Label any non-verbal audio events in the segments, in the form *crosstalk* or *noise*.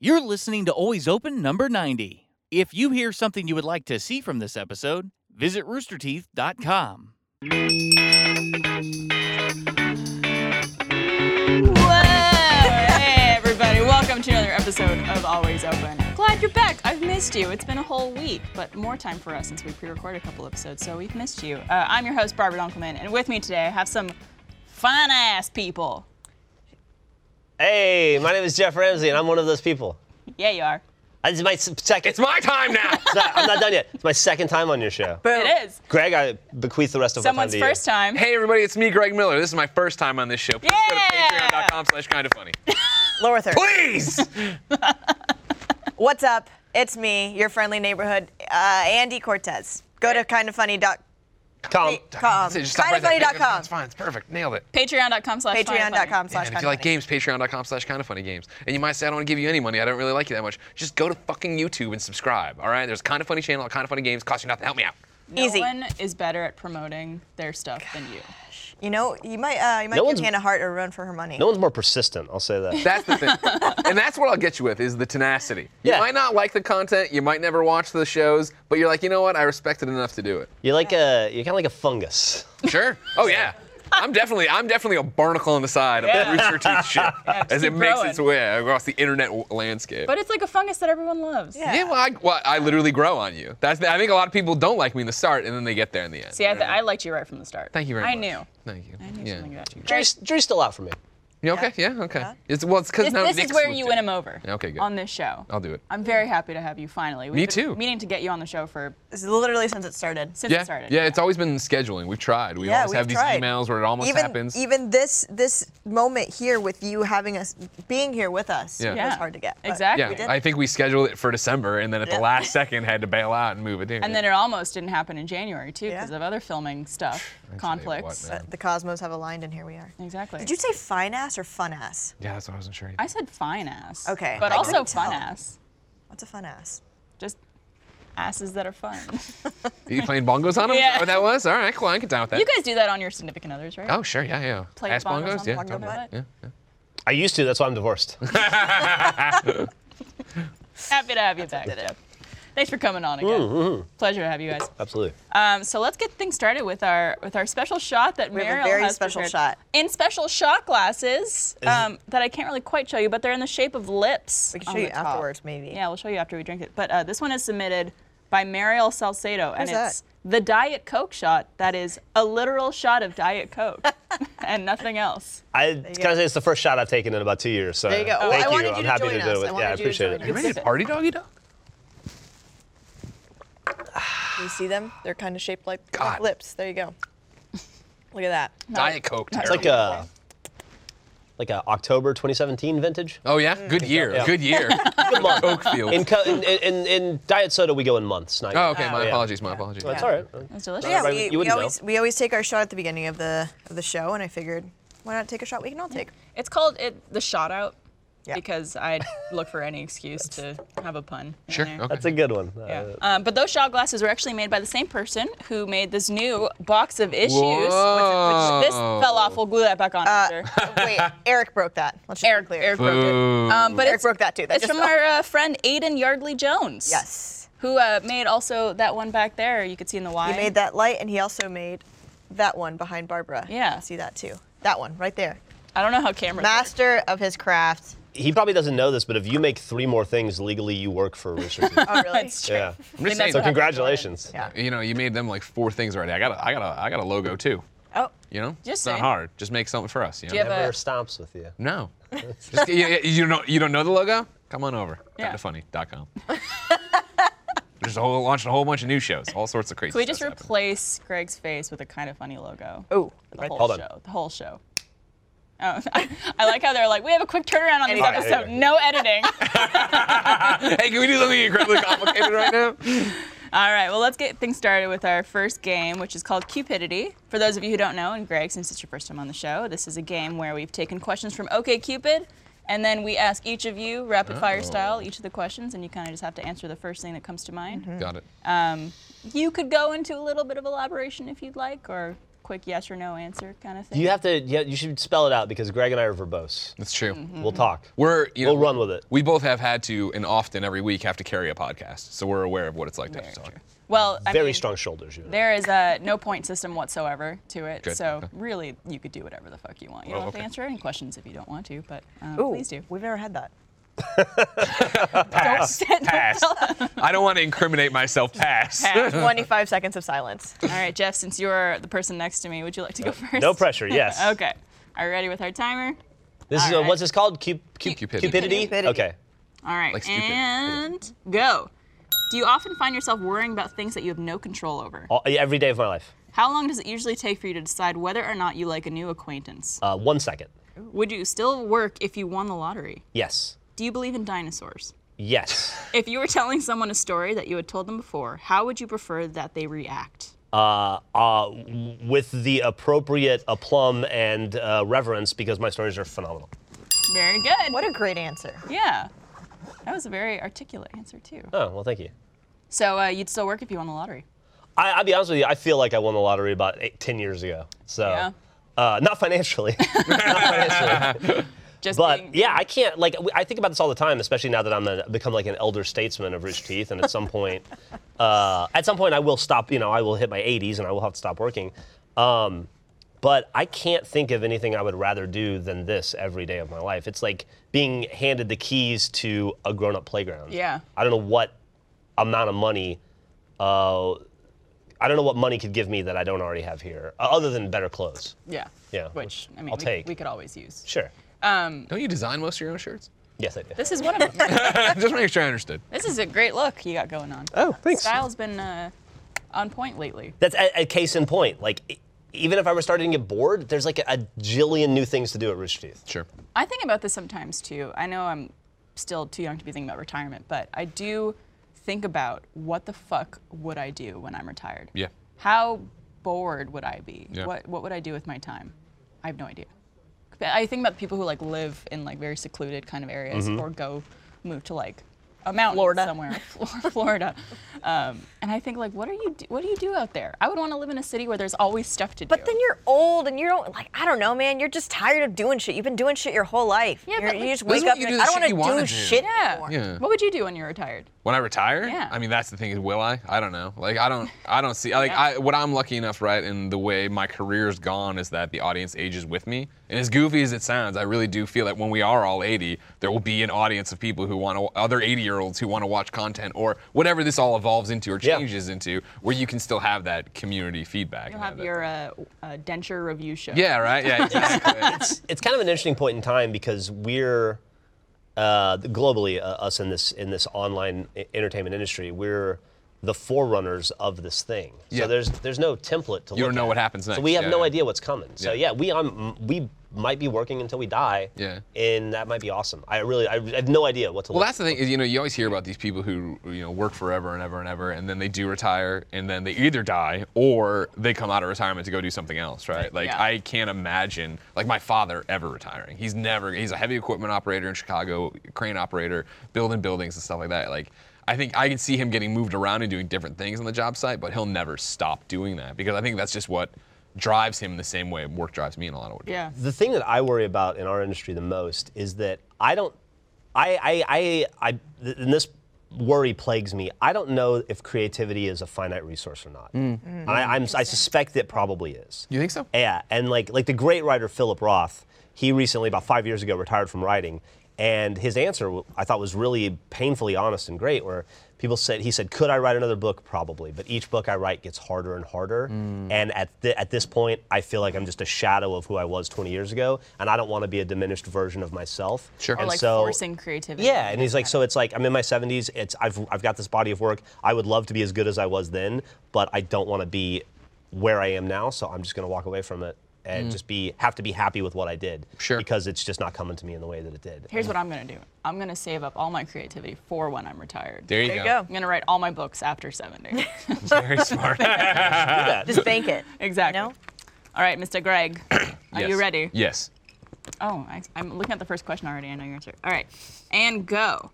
You're listening to Always Open number 90. If you hear something you would like to see from this episode, visit roosterteeth.com. Whoa! Hey, everybody. Welcome to another episode of Always Open. Glad you're back. I've missed you. It's been a whole week, but more time for us since we pre recorded a couple episodes, so we've missed you. Uh, I'm your host, Barbara Dunkelman, and with me today I have some fine ass people. Hey, my name is Jeff Ramsey, and I'm one of those people. Uh, Yeah, you are. This is my s- second. It's my time now. *laughs* It's not- I'm not done yet. It's my second time on your show. It is. Greg, I bequeath the rest of Someone's my time to first time. hey everybody, it's me, Greg Miller. This is my first time on this show. Please go to Yeah. patreon.com slash kind of funny. Lower third. Please! What's up? It's me, your friendly neighborhood, uh, Andy Cortez. Go to kindoffunny.com. you. Come. That's it, just stop right there. Kindoffunny.com. It's fine. It's perfect. Nailed it. Patreon.com slash Patreon.com slash And if you like kindoffunny. games, patreon.com slash kind of funny games. And you might say, I don't want to give you any money. I don't really like you that much. Just go to fucking YouTube and subscribe. All right? There's a kind of funny channel, kind of funny games. Cost you nothing. Help me out. Easy. No one is better at promoting their stuff than you. You know, you might uh, you might No give one's- Hannah Hart a run for her money. No one's more persistent. I'll say *laughs* that. That's the thing. and that's what I'll get you with is the tenacity. You Yeah. might not like the content, you might never watch the shows, but you're like, you know what? I respect it enough to do it. You're like a. You're kind of like a fungus. Sure. Oh yeah. I'm definitely I'm definitely a barnacle on the side *laughs* of Yeah. the rooster teeth shit as it keep makes growing. its way across the internet w- landscape. But it's like a fungus that everyone loves. Yeah. yeah, well, I, well, I literally grow on you. That's the, I think a lot of people don't like me in the start, and then they get there in the end. See, I, th- I liked you right from the start. Thank you very I much. Knew. Thank you. I knew yeah. something about you. Drew's, Drew's still out for me. You okay? Yeah. Okay. It's well, it's because This, now this Nick's is where moved you in. win him over. Okay, good. On this show. I'll do it. I'm very happy to have you finally. We've Me been too. Meaning to get you on the show for It's literally since it started. since yeah. it started. yeah. It's always been scheduling. We've tried. We Yeah, always have we've these tried. emails where it almost even happens. even this this moment here with you having us being here with us Yeah. was Yeah. hard to get. but Exactly. yeah. we did. I think we scheduled it for December, and then at Yeah. the last second had to bail out and move it here. And then it almost didn't happen in January too because Yeah. of other filming stuff, what, conflicts. man. The cosmos have aligned, and here we are. exactly. Did you say fine ass or fun ass? yeah, that's what I wasn't sure. I said fine ass. Okay, But I also couldn't fun tell. ass. What's a fun ass? Just asses that are fun. *laughs* Are you playing bongos on him? Is Yeah. that what that was? All right, cool. I can get down with that. you guys do that on your significant others, right? oh, sure. Yeah, yeah. Play Ass bongos on bongos? the Yeah. bongo totally. butt? yeah. I used to. That's why I'm *laughs* divorced. Happy to have you back. Jeff. Thanks for coming on again. Pleasure to have you guys. Absolutely. Ah, Um, so let's get things started with our with our special shot that We Meryl have a very has special prepared. shot. In special shot glasses um, that I can't really quite show you, but they're in the shape of lips. We can on show you the top. afterwards, maybe. Yeah, we'll show you after we drink it. But uh, this one is submitted by Mariel Salcedo, and Who's that? it's the Diet Coke shot. That is a literal shot of Diet *laughs* Coke and nothing else. I gotta say it's the first shot I've taken in about two years. So There you go. Oh, thank I wanted you I'm to happy join to do us. it. I With, wanted yeah, I you to appreciate join it. us. You ready to party, doggy dog? Do you see them? They're kind of shaped like God. lips. There *laughs* you go. Look at that. Diet Coke. It's terrible. like a. Like a October 2017 vintage. Oh yeah, good year, Yeah. good year. *laughs* Good month. Coke field. In, co- in, in, in diet soda, we go in months. Not oh years. okay, my Yeah. apologies, my apologies. That's all right. It's delicious. Yeah, Everybody- we, you we wouldn't know. always we always take our shot at the beginning of the of the show, and I figured why not take a shot we can all take. It's called it the shot out Yeah. because I look for any excuse to have a pun. in Sure. there. Okay. That's a good one. Yeah. Uh, Um, but those shot glasses were actually made by the same person who made this new box of issues. Which, Whoa. this fell off. We'll glue that back on. after. Oh, Wait, Uh, *laughs* *laughs* Eric broke that. Let's just be Eric, clear. Eric broke it. Um, but Eric it's, broke that too. That it's just from fell. our uh, friend Aiden Yardley Jones. Yes, Who uh, made also that one back there? You could see in the Y. he made that light, and he also made that one behind Barbara. Yeah. You can see that too. That one right there. I don't know how cameras. work. Master of his craft. he probably doesn't know this, but if you make three more things legally, you work *laughs* for Rooster Teeth. Oh really? It's true. *laughs* yeah. I'm just that's So saying. what happened. congratulations. Yeah. You know, you made them like four things already. I got a, I got a, I got a logo too. Oh. You know, Just it's not saying. hard. Just make something for us. You know? Do you have Never a- stomps with you. no. Just, you, you- you don't know, you don't know the logo? Come on over. Yeah. *laughs* Kindafunny.com. There's a whole launching a whole bunch of new shows, all sorts of crazy. Can we just stuff's happening. replace Greg's face with a kind of funny logo? Oh, the whole Hold on. show. The whole show. Oh, *laughs* I, I like how they're like, we have a quick turnaround on this Anyway. episode. No editing. Hey, can we do something incredibly complicated right now? All right, well, let's get things started with our first game, which is called Cupidity. For those of you who don't know, and Greg, since it's your first time on the show, this is a game where we've taken questions from OKCupid, and then we ask each of you, rapid fire style, each of the questions, and you kind of just have to answer the first thing that Mm-hmm. comes to mind. Got it. You could go into a little bit of elaboration if you'd like, or quick yes or no answer kind of thing? You have to. Yeah, you should spell it out because Greg and I are verbose. That's true. We'll Mm-hmm. talk. We're you know, We'll run with it. We both have had to and often every week have to carry a podcast, so we're aware of what it's like to have to talk. Well, I Very mean, strong shoulders. You know. There is a no point system whatsoever to it. Good. So Okay. really, you could do whatever the fuck you want. You don't Oh, have to okay. answer any questions if you don't want to, but uh, Ooh, please do. We've never had *laughs* that. Pass. Pass. I don't want to incriminate myself. Pass. 25 seconds of silence. All right, Jeff, since you're the person next to me, would you like to go first? No *laughs* pressure. Yes. Okay. Are you ready with our timer? This is All a, right. what's this called? Cu- cu- Cupidity. cupidity? Cupidity. Okay. All right. Like stupid. and go. Do you often find yourself worrying about things that you have no control over? All, every day of my life. How long does it usually take for you to decide whether or not you like a new acquaintance? Uh, one second. Would you still work if you won the lottery? Yes. Do you believe in dinosaurs? *laughs* Yes. If you were telling someone a story that you had told them before, how would you prefer that they react? uh, uh, w- with the appropriate aplomb and uh, reverence because my stories are phenomenal. Very good. What a great answer. yeah. That was a very articulate answer, too. Oh, well, thank you. So uh, you'd still work if you won the lottery. I, I'll be honest with you, I feel like I won the lottery about eight, 10 years ago. So, Yeah. uh, not financially. *laughs* not financially. Just being, But yeah, I can't, like, I think about this all the time, especially now that I'm a, become like an elder statesman of Rich Teeth. And at some point, *laughs* uh, at some point, I will stop, you know, I will hit my 80s and I will have to stop working. Um, but I can't think of anything I would rather do than this every day of my life. It's like being handed the keys to a grown up playground. Yeah. I don't know what amount of money, uh, I don't know what money could give me that I don't already have here, o- other than better clothes. Yeah. Yeah, Which, which I mean, I'll we, take. we could always use. Sure. Don't you design most of your own shirts? *laughs* Yes, I do. This is one of *laughs* them. Just make sure I understood. this is a great look you got going on. Oh, thanks. Style's been uh, on point lately. That's a, a case in point. Like, e- even if I were starting to get bored, there's like a, jillion new things to do at Rooster Teeth. Sure. I think about this sometimes too. I know I'm still too young to be thinking about retirement, but I do think about what the fuck would I do when I'm retired? Yeah. How bored would I be? Yeah. What what would I do with my time? I have no idea. But I think about the people who like live in like very secluded kind of areas Mm-hmm. or go move to like a mountain Florida. somewhere, *laughs* Flor- Florida. Um, and I think like, what are you do- what do you do out there? I would want to live in a city where there's always stuff to do. But then you're old and you don't like I don't know, man. You're just tired of doing shit. You've been doing shit your whole life. Yeah, You're- but, you like- just This is wake what up. you and do you're the like, I shit don't you want wanna to do do. shit anymore. Yeah. What would you do when you're retired? When I retire, Yeah. I mean that's the thing is, will I? I don't know. Like I don't, I don't see. Like Yeah. I, what I'm lucky enough, right, and the way my career's gone is that the audience ages with me. And as goofy as it sounds, I really do feel that when we are all 80, there will be an audience of people who want to, other 80 year olds who want to watch content or whatever this all evolves into or Yeah. changes into, where you can still have that community feedback. You'll and have that- your uh, uh, denture review show. Yeah. Right. Yeah. Exactly. It's, it's kind of an interesting point in time because we're uh, globally uh, us in this in this online e- entertainment industry. We're the forerunners of this thing. Yeah. So there's there's no template to You look don't know at. what happens next. So we have Yeah, no yeah. idea what's coming. So Yeah. yeah, we um, we might be working until we die. Yeah. And that might be awesome. I really I have no idea what to Well, look that's the thing is, you know, you always hear about these people who, you know, work forever and ever and ever, and then they do retire, and then they either die or they come out of retirement to go do something else, right? Like, Yeah. I can't imagine, like, my father ever retiring. He's never, he's a heavy equipment operator in Chicago, crane operator, building buildings and stuff like that. Like, I think I can see him getting moved around and doing different things on the job site, but he'll never stop doing that because I think that's just what drives him the same way work drives me in a lot of ways. Yeah. the thing that I worry about in our industry the most is that I don't, I, I, I, I th- and this worry plagues me. I don't know if creativity is a finite resource or not. And I, I'm, I suspect it probably is. You think so? Yeah, and like like the great writer Philip Roth, he recently about five years ago retired from writing, and his answer w- I thought was really painfully honest and great. Where people said he said, "Could I write another book? Probably, but each book I write gets harder and harder. And at thi- at this point, I feel like I'm just a shadow of who I was 20 years ago, and I don't want to be a diminished version of myself. Sure. Or Or And like so- forcing creativity. yeah, and he's like, so it's like I'm in my 70s. It's I've I've got this body of work. I would love to be as good as I was then, but I don't want to be where I am now. So I'm just gonna walk away from it and just be have to be happy with what I did. Sure. Because it's just not coming to me in the way that it did. Here's what I'm gonna do. I'm gonna save up all my creativity for when I'm retired. There you There you go. go. I'm gonna write all my books after 70. *laughs* Very smart. Do that. *laughs* Just bank it. exactly. No? All right, Mr. Greg, *laughs* are you Yes. ready? Yes. Oh, I, I'm looking at the first question already. I know your answer. All right, and go.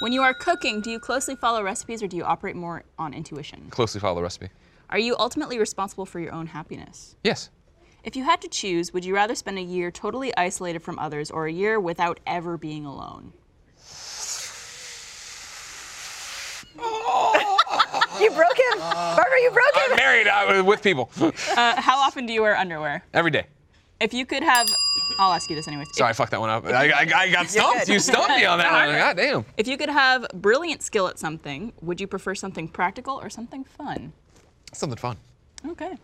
When you are cooking, do you closely follow recipes or do you operate more on intuition? Closely follow the recipe. Are you ultimately responsible for your own happiness? Yes. If you had to choose, would you rather spend a year totally isolated from others or a year without ever being alone? You broke him, Barbara. You broke him. I'm married uh, with people *laughs* Uh, how often do you wear underwear? every day. If you could have, I'll ask you this anyways. If- Sorry, I fucked that one up. I, I, *laughs* I got stumped. good. You stumped me on that one. God damn. If you could have brilliant skill at something, would you prefer something practical or something fun? Something fun. Okay.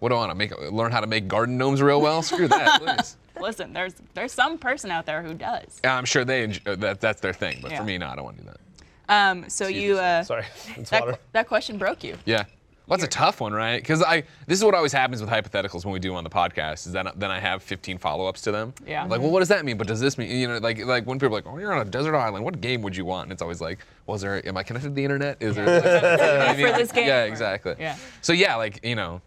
What do I want to make? Learn how to make garden gnomes real well? Screw *laughs* that. please. Listen, there's there's some person out there who does. I'm sure they enjoy, that. That's their thing. But Yeah. for me, no, I don't want to do that. Um, so you uh, *laughs* *laughs* Sorry, it's water. that, that question broke you. Yeah. Well, that's a tough one, right? Because I this is what always happens with hypotheticals when we do on the podcast is that then I have 15 follow-ups to them. Yeah. Like, well, what does that mean? But does this mean you know like like when people are like, oh, you're on a desert island, what game would you want? And it's always like, was there am I connected to the internet? *laughs* Is there you know what I mean? For this game. Yeah, exactly. Yeah. So yeah, like you know,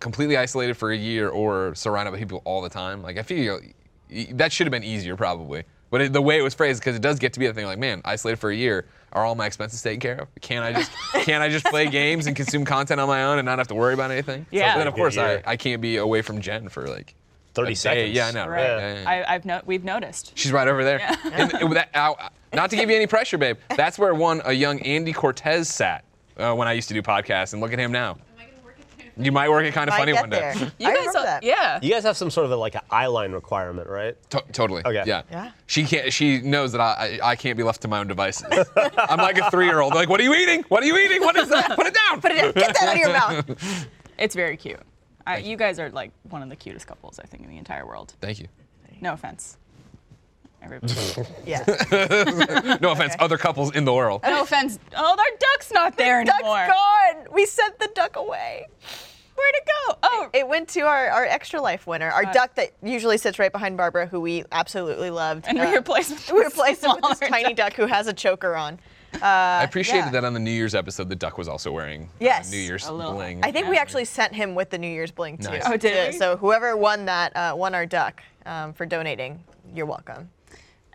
completely isolated for a year or surrounded by people all the time. Like I feel you know, that should have been easier probably. But it, the way it was phrased, because it does get to be a thing like, man, isolated for a year, are all my expenses taken care of? Can I just *laughs* can I just play games and consume content on my own and not have to worry about anything? Yeah. So then of course I, year. I can't be away from Jen for like 30 a day. seconds. Yeah, I know. Right. Right. Yeah, yeah, yeah. I, I've no, we've noticed. She's right over there. And it- that- ow, not to give you any pressure, babe. That's where one a young Andy Cortez sat uh, when I used to do podcasts, and look at him now. You might work at kind of Might funny get one day. there. You I guys, remember all- that. yeah. You guys have some sort of a, like an eye line requirement, right? To- totally. Okay. Yeah. Yeah. She can't. She knows that I, I I can't be left to my own *laughs* devices. I'm like a three year old. Like, what are you eating? What are you eating? What is that? Put it down. Put it down. *laughs* Get that out of your mouth. It's very cute. I, you guys are like one of the cutest couples I think in the entire world. Thank you. No offense. Everybody. *laughs* Yeah. No offense. Other couples in the Uh, world. no offense. Oh, our duck's not there Duck's anymore. gone. We sent the duck away. Where'd it go? Oh, It Uh, went to our, our extra life winner, our duck that usually sits right behind Barbara, who we absolutely loved. and Uh, *laughs* we replaced it. we replaced him with this smaller tiny duck who has a choker on. I appreciated yeah. that on the New Year's episode. The duck was also wearing uh, Yes. New Year's A little- bling. I think we actually sent him with the New Year's bling too. Nice. Oh, did Yeah, we? So whoever won that uh, won our duck um, for donating. You're welcome.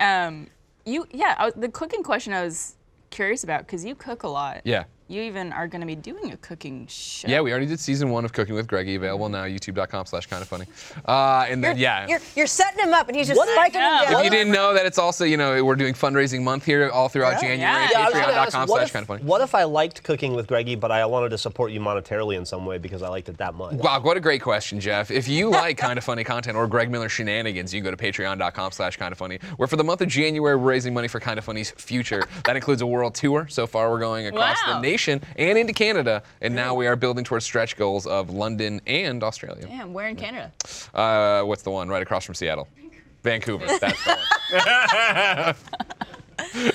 Um, you yeah, I, was- the cooking question I was curious about because you cook a lot. Yeah. You even are going to be doing a cooking show. Yeah, we already did season one of Cooking with Greggy, available now, youtube.com slash kind of funny. Uh, and then, yeah. You're, you're setting him up, and he's just spiking him Yeah. down. if you didn't know that it's also, you know, we're doing fundraising month here all throughout January. Yeah. Oh, Yeah, I was gonna ask, Patreon.com what, slash if, kind of funny. what if I liked cooking with Greggy, but I wanted to support you monetarily in some way because I liked it that much? Wow, what a great question, Jeff. If you like kind of funny content or Greg Miller shenanigans, you can go to patreon.com slash kind of funny, where for the month of January, we're raising money for kind of funny's future. That includes a world tour. So far, we're going across Wow. the nation and into Canada. And now we are building towards stretch goals of London and Australia. Damn, where in Canada? Uh, what's the one right across from Seattle? *laughs* Vancouver. That's the one.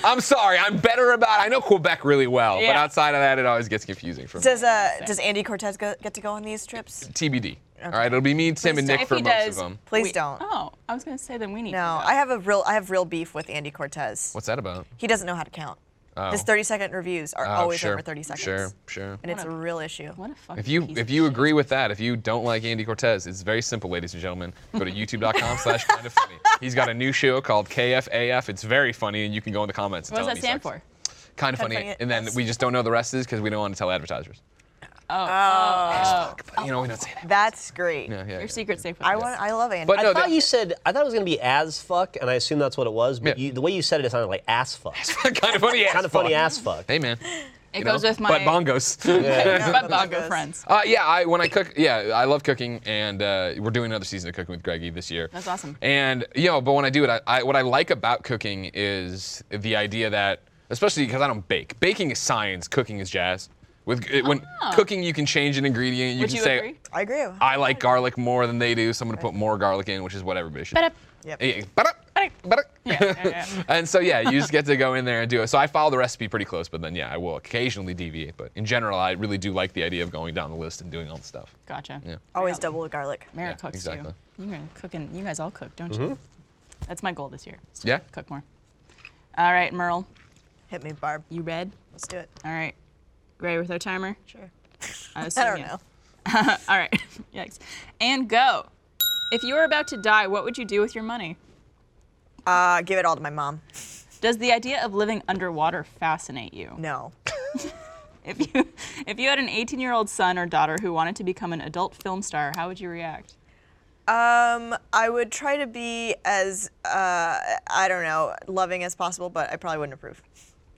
I'm sorry. I'm better about. I know Quebec really well, but Yeah. outside of that, it always gets confusing for me. Does uh, does Andy Cortez go, get to go on these trips? TBD. All right, it'll be me, Tim, and don't. Nick for If most he does- of them. Please We- don't. Oh, I was going to say then we need. to No, know. I have a real I have real beef with Andy Cortez. What's that about? He doesn't know how to count. Oh. His 30 second reviews are Oh, always sure, over 30 seconds. Sure, sure. And it's a real issue. What a fucking. If you piece if of you shit. agree with that, if you don't like Andy Cortez, it's very simple, ladies and gentlemen. Go to youtube.com slash kind *laughs* of funny. He's got a new show called KFAF. It's very funny, and you can go in the comments. And what does tell him that he stand sucks. for? Kind of funny. funny, And then yes. we just don't know the rest is because we don't want to tell advertisers. Oh. Oh, But you know, we don't say that. That's great. Yeah, yeah, *laughs* your yeah. secret's safe with I us. want. I love Andy. But I no, thought the- you said I thought it was gonna be as fuck, and I assume that's what it was. But Yeah. you, the way you said it, it sounded like ass fuck. kind of funny. kind of funny ass fuck. Hey man. It goes with my. But bongos. No, *laughs* But but bongo bongos. friends. Uh, yeah, I, when I cook, yeah, I love cooking, and uh, we're doing another season of Cooking with Greggy this year. That's awesome. And you know, but when I do it, I, I what I like about cooking is the idea that, especially because I don't bake. Baking is science. Cooking is jazz. With it- when cooking, you can change an ingredient. Ah. You Would can you say, agree? I agree. I like garlic more than they do, so I'm gonna put more garlic in, which is what everybody should. Ba-da. Yep. Yeah, ba-da, ba-da. Yeah, yeah, yeah. *laughs* and so yeah, you just get to go in there and do it. So I follow the recipe pretty close, but then yeah, I will occasionally deviate. But in general, I really do like the idea of going down the list and doing all the stuff. Gotcha. Yeah. Always double the garlic. Mara Yeah, cooks exactly. Mm-hmm. too. You're cooking. You guys all cook, don't you? That's my goal this year. is to Yeah. Cook more. All right, Merle. Hit me, Barb. You read? Let's do it. All right. Gray with our timer. Sure. *laughs* I, I assume don't you- know. All right. *laughs* Yikes. And go. If you were about to die, what would you do with your money? Uh, give it all to my mom. Does the idea of living underwater fascinate you? No. If you *laughs* if you had an 18-year-old son or daughter who wanted to become an adult film star, how would you react? *laughs* Um, I would try to be as uh, I don't know, loving as possible, but I probably wouldn't approve.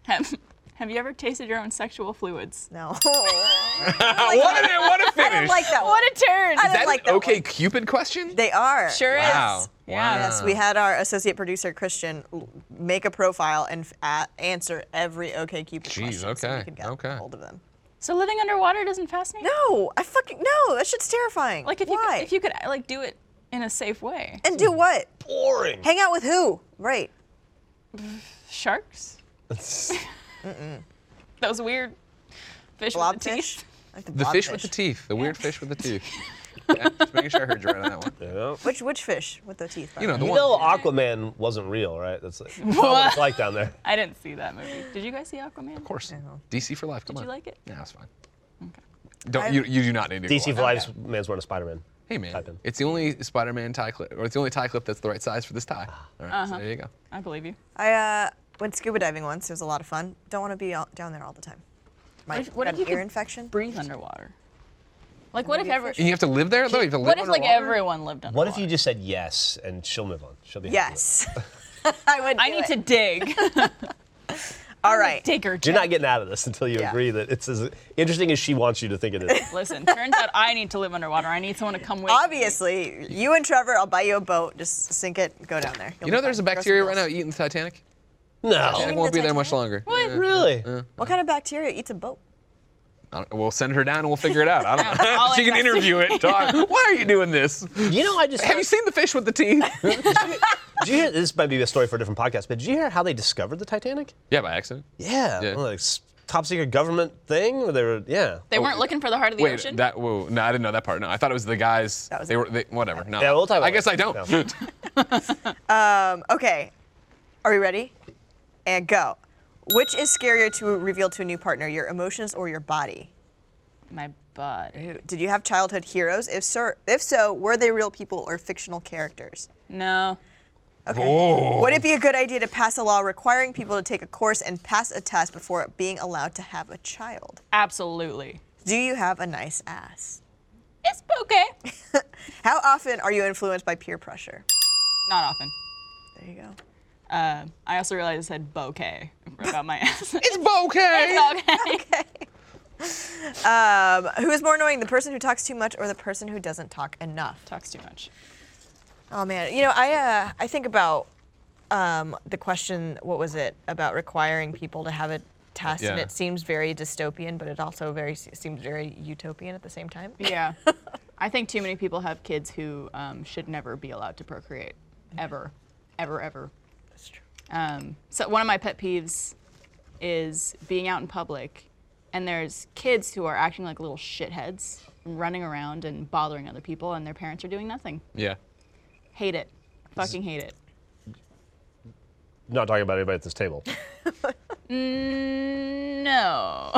Have, have you ever tasted your own sexual fluids? No. *laughs* what a what a finish! I didn't like that one. What a turn! I Is that like an that okay one. Cupid question? They are. Sure wow. is. Wow. Yes, we had our associate producer Christian l- make a profile and f- a- answer every OK Cupid Jeez, question so okay, we could get okay. hold of them. So living underwater doesn't fascinate? you? No, I fucking no. That shit's terrifying. Like if you Why? could, if you could uh, like do it in a safe way. and do what? Boring. Hang out with who? Right. Sharks? Those weird fish with the Blobfish. teeth. Like The fish with the blobfish. teeth. The weird fish with the teeth. yeah, just making sure I heard you right on that *laughs* one. Yeah. Which which fish with the teeth? by You the know way? the You one. know Aquaman wasn't real, right? That's like, that's what it's like down there. I didn't see that movie. Did you guys see Aquaman? Of course. DC for life. Come Did on. you like it? Nah, it's fine. Don't you, you do not need to DC go for watch Life, it. man's wearing a Spider-Man. Hey man, Type in. it's the only Spider-Man tie clip, or it's the only tie clip that's the right size for this tie. All right, Uh-huh. so there you go. I believe you. I uh, went scuba diving once. It was a lot of fun. Don't want to be all, down there all the time. My What if- what got if you an ear could infection. Breathe underwater. Like what if ever? And you have to live there though. You have to live What if like underwater? everyone lived underwater? What if you just said yes and she'll move on? She'll be happy with it. Yes. *laughs* I would. I do need it. to dig. *laughs* *laughs* All right. Digger. You're not getting out of this until you Yeah. agree that it's as interesting as she wants you to think it is. *laughs* Listen. Turns out I need to live underwater. I need someone to come with. me. Obviously, you and Trevor, I'll buy you a boat. Just sink it, go down there. You You'll be know, there's a fine. Grow some bacteria right bills. now eating the Titanic. *laughs* no. Titanic Eating won't the be there much longer. What? Yeah. Really? What kind of bacteria eats a boat? I don't- Uh, We'll send her down and we'll figure it out. *laughs* I don't know. I'll *laughs* she can interview it. Talk. *laughs* Why are you doing this? You know, I just Have you seen the fish with the teeth? Did you hear, this might be a story for a different podcast, but did you hear how they discovered the Titanic? yeah, by accident. Yeah. Yeah. Like, s- top secret government thing where they were, yeah. They weren't looking for the heart of the Wait, ocean. that whoa, no, I didn't know that part. No, I thought it was the guys. was they it. were they, whatever. No, Yeah, we'll talk about I guess it. I don't. No. Um, okay. Are we ready? And go. Which is scarier to reveal to a new partner, your emotions or your body? My butt. Did you have childhood heroes? If so, if so, were they real people or fictional characters? No. Would it be a good idea to pass a law requiring people to take a course and pass a test before being allowed to have a child? Absolutely. Do you have a nice ass? It's okay. *laughs* How often are you influenced by peer pressure? Not often. There you go. Uh, I also realized I said bokeh *laughs* about my ass. It's bokeh. okay. Um, who is more annoying, the person who talks too much or the person who doesn't talk enough? Talks too much. Oh man, you know I uh, I think about um, the question. What was it about requiring people to have a test? And Yeah. it seems very dystopian, but it also very seems very utopian at the same time. Yeah. I think too many people have kids who um, should never be allowed to procreate, ever, ever, ever. That's true. Um, so one of my pet peeves is being out in public, and there's kids who are acting like little shitheads, running around and bothering other people, and their parents are doing nothing. Yeah. Hate it. Fucking hate it. Not talking about anybody at this table. No.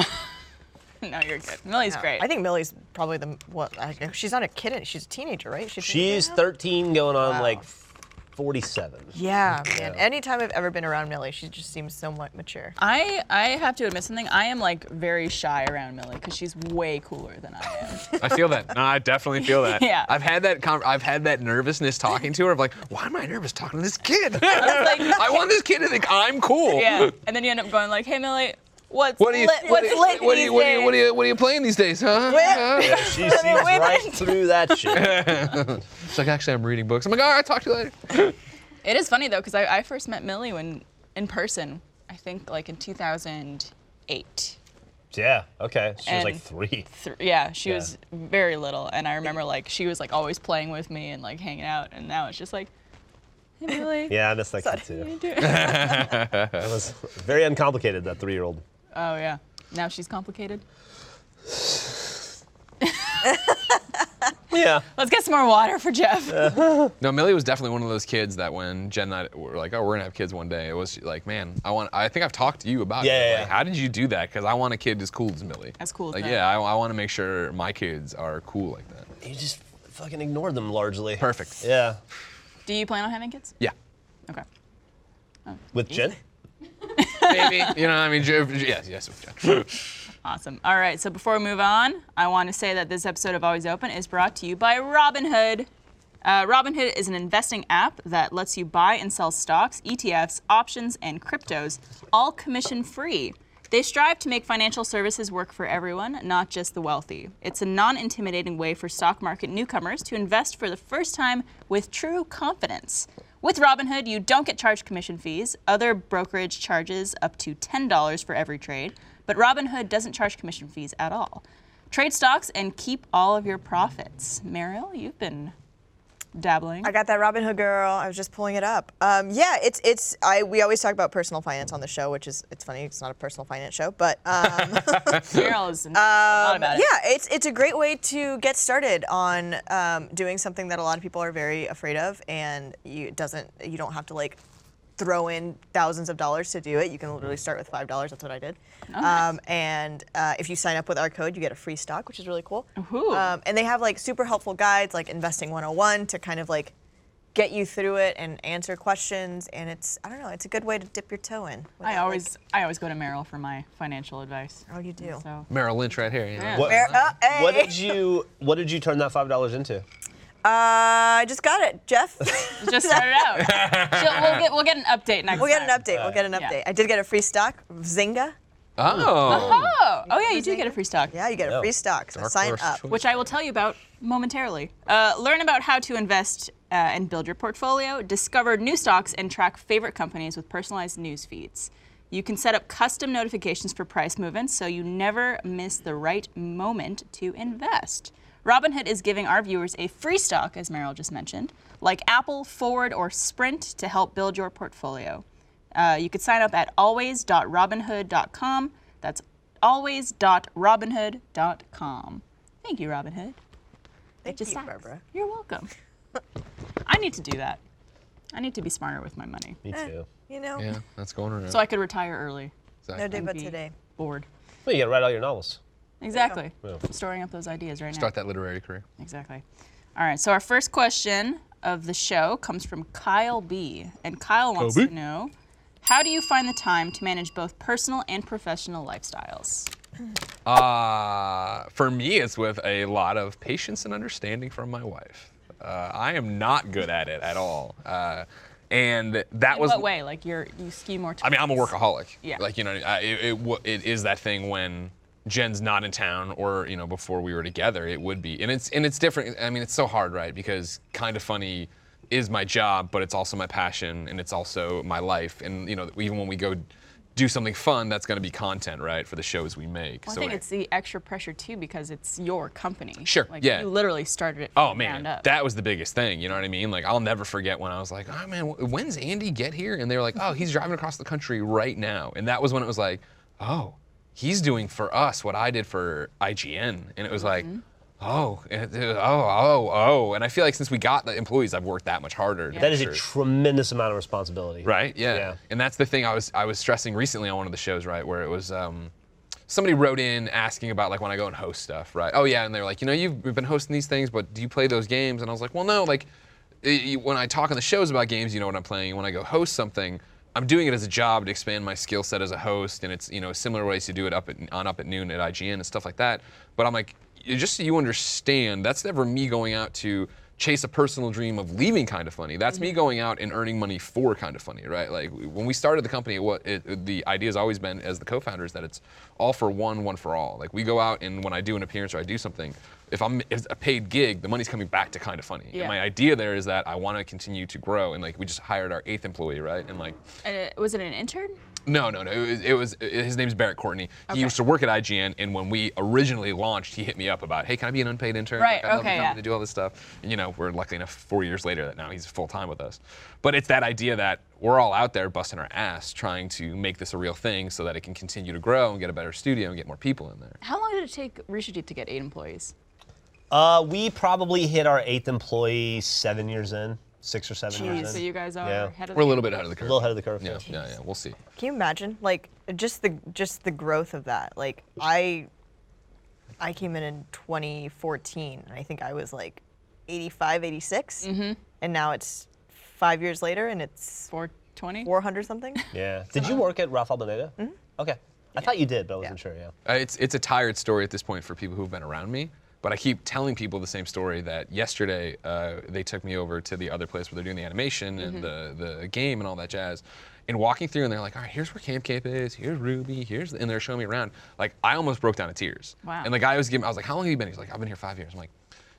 *laughs* no, you're good. Millie's great. I think Millie's probably the what I don't know, she's not a kid. any- She's a teenager, right? She's, a teenager She's *laughs* now? 13 going on like 47. Yeah, man. Anytime I've ever been around Millie, she just seems somewhat mature. I I have to admit something. I am like very shy around Millie because she's way cooler than I am. I feel that. No, I definitely feel that. *laughs* Yeah. I've had that. Con- I've had that nervousness talking to her. Of like, why am I nervous talking to this kid? *laughs* *laughs* I want this kid to think I'm cool. yeah. And then you end up going like, Hey Millie, what's What are you? lit? what, what's are you- lit what, are these you, what, are you, what, are days?" you, what are you playing these days, huh? huh? She sees right women. through that shit. She's like, actually, I'm reading books. I'm like, all right, talk to you later. It is funny though because I, I first met Millie when in person. I think like in 2008. yeah, okay. She was like And- three. Th- yeah, she Yeah. was very little, and I remember like she was like always playing with me and like hanging out, and now it's just like, Hey Millie, *laughs* Yeah, I missed that kid what are too. you doing? *laughs* That was very uncomplicated, that three year old. oh yeah, now she's complicated. Yeah. Let's get some more water for *laughs* Jeff. No, Millie was definitely one of those kids that when Jen and I were like, oh, we're gonna have kids one day, it was like, man, I want. I think I've talked to you about Yeah, it. yeah, Like, yeah. how did you do that? Because I want a kid as cool as Millie. As cool as Like, that. yeah, I, I want to make sure my kids are cool like that. You just fucking ignored them largely. Perfect. Yeah. Do you plan on having kids? Yeah. Okay. With Jen? maybe. *laughs* You know, I mean, j- j- yes, yes. okay. Awesome. All right, so before we move on, I want to say that this episode of Always Open is brought to you by Robinhood. Uh, Robinhood is an investing app that lets you buy and sell stocks, ETFs, options, and cryptos, all commission free. They strive to make financial services work for everyone, not just the wealthy. It's a non intimidating way for stock market newcomers to invest for the first time with true confidence. With Robinhood, you don't get charged commission fees. Other brokerage charges up to $10 for every trade, but Robinhood doesn't charge commission fees at all. Trade stocks and keep all of your profits. Mariel, you've been dabbling. I got that Robin Hood girl. I was just pulling it up. Um, yeah, it's it's. I we always talk about personal finance on the show, which is it's funny. It's not a personal finance show, but um, *laughs* Mariel is a lot about it. yeah, it's it's a great way to get started on um, doing something that a lot of people are very afraid of, and you it doesn't you don't have to like throw in thousands of dollars to do it. You can literally start with five dollars. That's what I did. Um, and uh, if you sign up with our code, you get a free stock, which is really cool. Ooh. Um, and they have like super helpful guides, like Investing 101, to kind of like get you through it and answer questions. And it's I don't know, it's a good way to dip your toe in. I without, like- always I always go to Merrill for my financial *laughs* advice. oh you do. So Merrill Lynch right here. You know? Yeah. What, Uh, hey. what did you What did you turn that five dollars into? Uh, I just got it, Jeff. just started out. So we'll get we'll get an update next. *laughs* we'll get an time. update. We'll get an Yeah. update. I did get a free stock, Zynga. *laughs* Oh. Oh, oh yeah, you do get a free stock. Yeah, you get a Yeah. free stock. So Dark sign horse up. choice. which I will tell you about momentarily. Uh, learn about how to invest uh, and build your portfolio, discover new stocks, and track favorite companies with personalized news feeds. You can set up custom notifications for price movements so you never miss the right moment to invest. Robinhood is giving our viewers a free stock, as Meryl just mentioned, like Apple, Forward, or Sprint to help build your portfolio. Uh, you could sign up at always.robinhood.com. That's always.robinhood.com. Thank you, Robinhood. Thank Just you, socks. Barbara. You're welcome. I need to do that. I need to be smarter with my money Me too. You know, Yeah, that's going around. so I could retire early. no Exactly. day but Be today. Bored. Well, you gotta write all your novels. Exactly. Yeah. I'm storing up those ideas right Start that literary career. now. Exactly. All right. So our first question of the show comes from Kyle B. And Kyle wants Kobe? to know, how do you find the time to manage both personal and professional lifestyles? Uh, for me, it's with a lot of patience and understanding from my wife. Uh, I am not good at it at all. Uh, and that In was what way? Like you're you ski more. I mean, I'm a towards- workaholic. Yeah. Like you know, I, it, it wa- it is that thing when Jen's not in town, or you know, before we were together, it would be, and it's and it's different. I mean, it's so hard, right? Because kind of funny is my job, but it's also my passion, and it's also my life. And you know, even when we go do something fun, that's going to be content, right, for the shows we make. Well, I think it- it's the extra pressure too because it's your company. Sure, Like yeah. you literally started it. Oh from the man, ground up. that was the biggest thing. You know what I mean? Like I'll never forget when I was like, "Oh man, wh- when's Andy get here?" And they were like, "Oh, he's driving across the country right now." And that was when it was like, "Oh, he's doing for us what I did for IGN." And it was like, "Oh, it- it- oh, oh, oh." And I feel like since we got the employees, I've worked that much harder. to That make is a sure- tremendous amount of responsibility. Right. Yeah. Yeah. And that's the thing I was I was stressing recently on one of the shows, right, where it was um, somebody wrote in asking about like when I go and host stuff, right? Oh yeah, and they're like, you know, you've been hosting these things, but do you play those games? And I was like, well, no, like i- i- when I talk on the shows about games, you know what I'm playing. When I go host something. I'm doing it as a job to expand my skill set as a host, and it's you know similar ways to do it up at, on up at noon at IGN and stuff like that. But I'm like, y- just so you understand, that's never me going out to chase a personal dream of leaving kind of funny. That's me going out and earning money for kind of funny, right? Like when we started the company, what it, the idea has always been as the co-founders that it's all for one, one for all. Like we go out and when I do an appearance or I do something, if I'm if it's a paid gig, the money's coming back to kind of funny. Yeah. And my idea there is that I want to continue to grow and like we just hired our eighth employee, right? And like And it- was it an intern? no, no, no. It was, it was it- his name's Barrett Courtney. He used to work at IGN, and when we originally launched, he hit me up about, "Hey, can I be an unpaid intern? Right, I'd love okay, to come yeah. in and do all this stuff." And, you know, we're lucky enough four years later that now he's full time with us. But it's that idea that we're all out there busting our ass trying to make this a real thing so that it can continue to grow and get a better studio and get more people in there. How long did it take Rishadip to get eight employees? Uh, we probably hit our eighth employee seven years in, six or seven Jeez, years so in. you guys are Yeah. ahead of We're a the little game. bit ahead of the curve. A little ahead of the curve, Yeah, yeah. yeah, yeah. We'll see. Can you imagine? Like just the just the growth of that. Like I I came in in 2014 and I think I was like 85, 86. And now it's 5 years later and it's Four, 20? 400 something. Yeah. Did you work at Rafael Bonega? Mm-hmm. Okay. I thought you did, but I wasn't sure. Yeah. Uh, It's it's a tired story at this point for people who've been around me. But I keep telling people the same story that yesterday uh, they took me over to the other place where they're doing the animation and the, the game and all that jazz. And walking through, and they're like, "All right, here's where Camp Cape is. Here's Ruby. Here's," the, and they're showing me around. Like I almost broke down in tears. Wow. And the guy was giving, I was like, "How long have you been?" He's like, "I've been here five years." I'm like,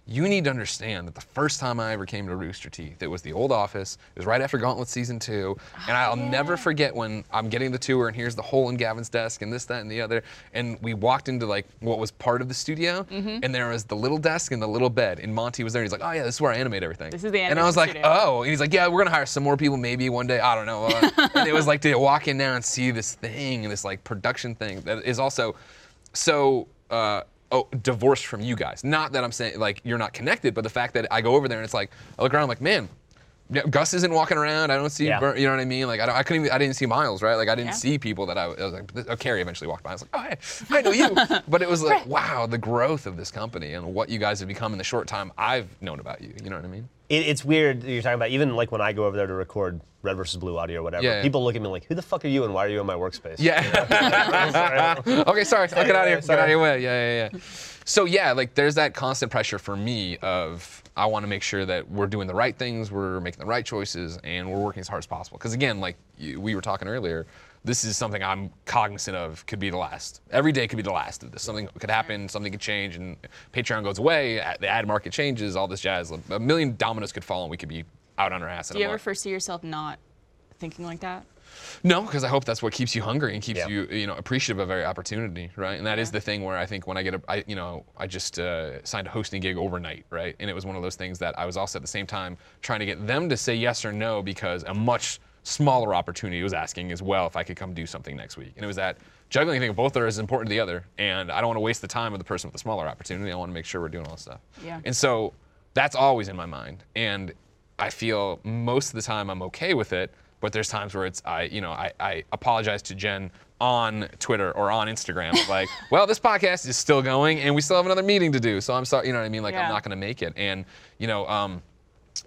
"You need to understand that the first time I ever came to Rooster Teeth, it was the old office. It was right after Gauntlet season two, and Oh, I'll never forget when I'm getting the tour and here's the hole in Gavin's desk and this, that, and the other. And we walked into like what was part of the studio, Mm-hmm. and there was the little desk and the little bed. And Monty was there, and he's like, "Oh yeah, this is where I animate everything." This is the And I was like, animation studio. "Oh," and he's like, "Yeah, we're gonna hire some more people maybe one day. I don't know." Uh, and it was like to walk in now and see this thing and this like production thing that is also so uh, oh, divorced from you guys. Not that I'm saying like you're not connected, but the fact that I go over there and it's like I look around, I'm like, man, yeah, Gus isn't walking around. I don't see, Yeah. Bern- you know what I mean? Like I, don't, I couldn't, even, I didn't see Miles, right? Like I didn't Yeah. see people that I, was I was like, oh, Carrie eventually walked by. I was like, oh, hey, I know you. but it was like, wow, the growth of this company and what you guys have become in the short time I've known about you. You know what I mean? It, it's weird that you're talking about. Even like when I go over there to record Red versus Blue audio or whatever, Yeah, yeah. people look at me like, "Who the fuck are you? And why are you in my workspace?" *laughs* Yeah. okay, sorry. I'll get out of here. Get Sorry. out of your way. Yeah, yeah, yeah. So yeah, like there's that constant pressure for me of I want to make sure that we're doing the right things, we're making the right choices, and we're working as hard as possible. Because again, like you, we were talking earlier, this is something I'm cognizant of could be the last. Every day could be the last of this. Something could happen, something could change, and Patreon goes away, a- the ad market changes, all this jazz. A million dominoes could fall, and we could be out on our ass. in Do a you ever month. foresee yourself not thinking like that? No, because I hope that's what keeps you hungry and keeps Yeah. you, you know, appreciative of every opportunity, right? And that is the thing where I think when I get a, I, you know, I just uh, signed a hosting gig overnight, right? And it was one of those things that I was also at the same time trying to get them to say yes or no because a much smaller opportunity was asking as well if I could come do something next week. And it was that juggling thing of both are as important to the other, and I don't want to waste the time of the person with the smaller opportunity. I want to make sure we're doing all this stuff. Yeah. And so that's always in my mind. And I feel most of the time I'm okay with it, but there's times where it's I, you know, I, I apologize to Jen on Twitter or on Instagram, *laughs* like, well, this podcast is still going and we still have another meeting to do. So I'm sorry, you know what I mean? Like Yeah. I'm not gonna make it. And, you know, um,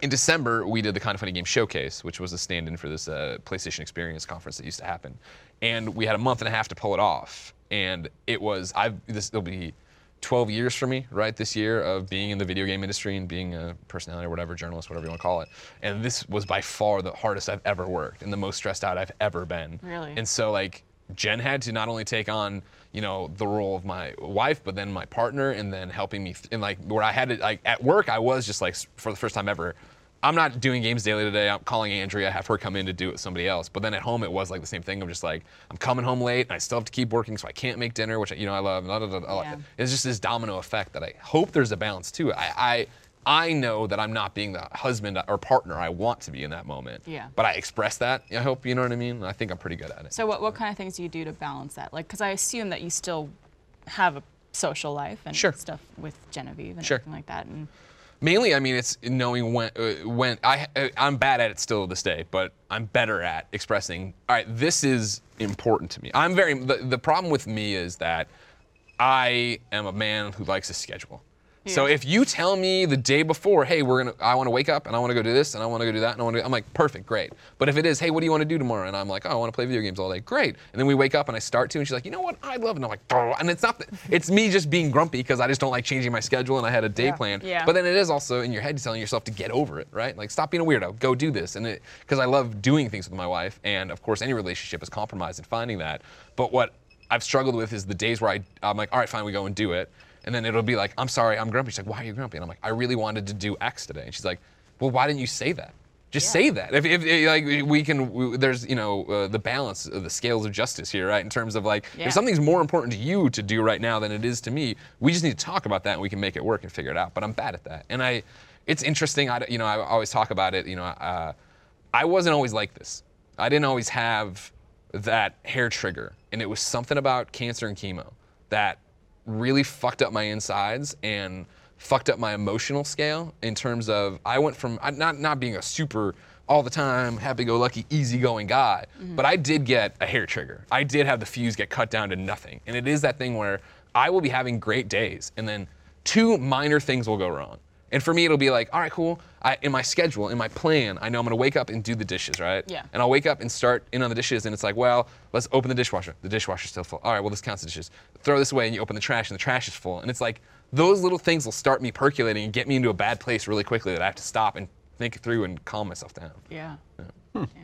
in December, we did the Kind of Funny Game Showcase, which was a stand in for this uh, PlayStation Experience conference that used to happen. And we had a month and a half to pull it off. And it was, I've, this, it'll be 12 years for me, right, this year of being in the video game industry and being a personality or whatever, journalist, whatever you want to call it. And this was by far the hardest I've ever worked and the most stressed out I've ever been. Really? And so like Jen had to not only take on you know the role of my wife, but then my partner, and then helping me th- and like where I had to like at work I was just like s- for the first time ever. I'm not doing games daily today. I'm calling Andrea, have her come in to do it with somebody else. But then at home, it was like the same thing. I'm just like, I'm coming home late, and I still have to keep working, so I can't make dinner, which I- you know I love. blah, blah, blah, blah. Yeah. It's just this domino effect that I hope there's a balance to it. I, I I know that I'm not being the husband or partner I want to be in that moment. Yeah. But I express that. I hope you know what I mean. I think I'm pretty good at it. So what, what kind of things do you do to balance that? Like, because I assume that you still have a social life and Sure. stuff with Genevieve and Sure. everything like that. And Mainly, I mean, it's knowing when. Uh, when I, uh, I'm bad at it still to this day, but I'm better at expressing. All right, this is important to me. I'm very. The, the problem with me is that I am a man who likes a schedule. Hmm. So if you tell me the day before, hey, we're gonna, I want to wake up and I want to go do this and I want to go do that and I want to, I'm like, perfect, great. But if it is, hey, what do you want to do tomorrow? And I'm like, oh, I want to play video games all day, great. And then we wake up and I start to, and she's like, you know what, I love, it. and I'm like, "Grr." and it's not, that, it's me just being grumpy because I just don't like changing my schedule and I had a day plan. Yeah. But then it is also in your head telling yourself to get over it, right? Like stop being a weirdo, go do this, and because I love doing things with my wife, and of course any relationship is compromised in finding that. But what I've struggled with is the days where I, I'm like, all right, fine, we go and do it. And then it'll be like, I'm sorry, I'm grumpy. She's like, why are you grumpy? And I'm like, I really wanted to do X today. And she's like, well, why didn't you say that? Just say that. If, if, eh, like we can, we, there's you know uh, the balance, uh, the scales of justice here, right? In terms of like, Yeah. if something's more important to you to do right now than it is to me, we just need to talk about that and we can make it work and figure it out. But I'm bad at that, and I, it's interesting. I, d- you know, I always talk about it. You know, uh, I wasn't always like this. I didn't always have that hair trigger, and it was something about cancer and chemo that really fucked up my insides and fucked up my emotional scale in terms of I went from I- not not being a super all the time happy-go-lucky easygoing guy, but I did get a hair trigger. I did have the fuse get cut down to nothing, and it is that thing where I will be having great days, and then two minor things will go wrong, And for me, it'll be like, all right, cool. I, in my schedule, in my plan, I know I'm gonna wake up and do the dishes, right? Yeah. And I'll wake up and start in on the dishes, and it's like, well, let's open the dishwasher. The dishwasher's still full. All right, well, this counts as dishes. Throw this away, and you open the trash, and the trash is full. And it's like those little things will start me percolating and get me into a bad place really quickly that I have to stop and think through and calm myself down. Yeah. Hmm. Yeah.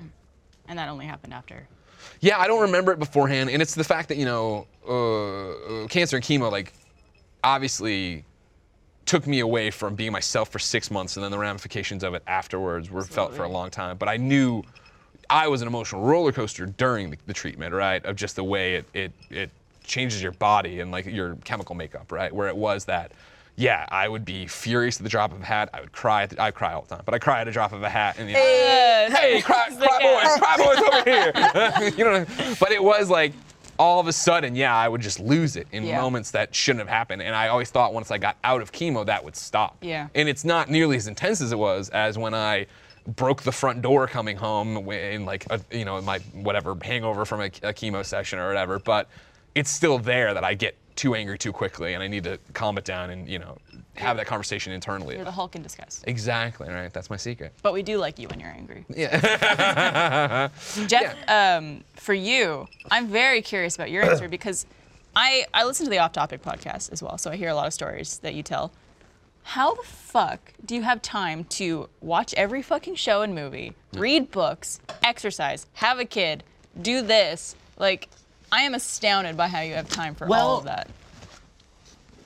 And that only happened after. Yeah, I don't remember it beforehand, and it's the fact that you know, uh, uh, cancer and chemo, like, obviously, took me away from being myself for six months, and then the ramifications of it afterwards were felt for a long time. But I knew I was an emotional roller coaster during the, the treatment, right? Of just the way it it it changes your body and like your chemical makeup, right? Where it was that. Yeah, I would be furious at the drop of a hat. I would cry. At the, I cry all the time, but I cry at a drop of a hat. And you know, *laughs* hey, *laughs* cry, cry boys, cry boys over here. *laughs* you know, but it was like all of a sudden, yeah, I would just lose it in Yeah. moments that shouldn't have happened. And I always thought once I got out of chemo, that would stop. Yeah. And it's not nearly as intense as it was as when I broke the front door coming home in like a, you know my whatever hangover from a, a chemo session or whatever. But it's still there that I get too angry too quickly, and I need to calm it down and you know have that conversation internally. You're the Hulk in disguise. Exactly right. That's my secret. But we do like you when you're angry. Yeah. Jeff, um, for you, I'm very curious about your answer because I, I listen to the Off Topic podcast as well, so I hear a lot of stories that you tell. How the fuck do you have time to watch every fucking show and movie, read books, exercise, have a kid, do this? Like, I am astounded by how you have time for all of Well, that.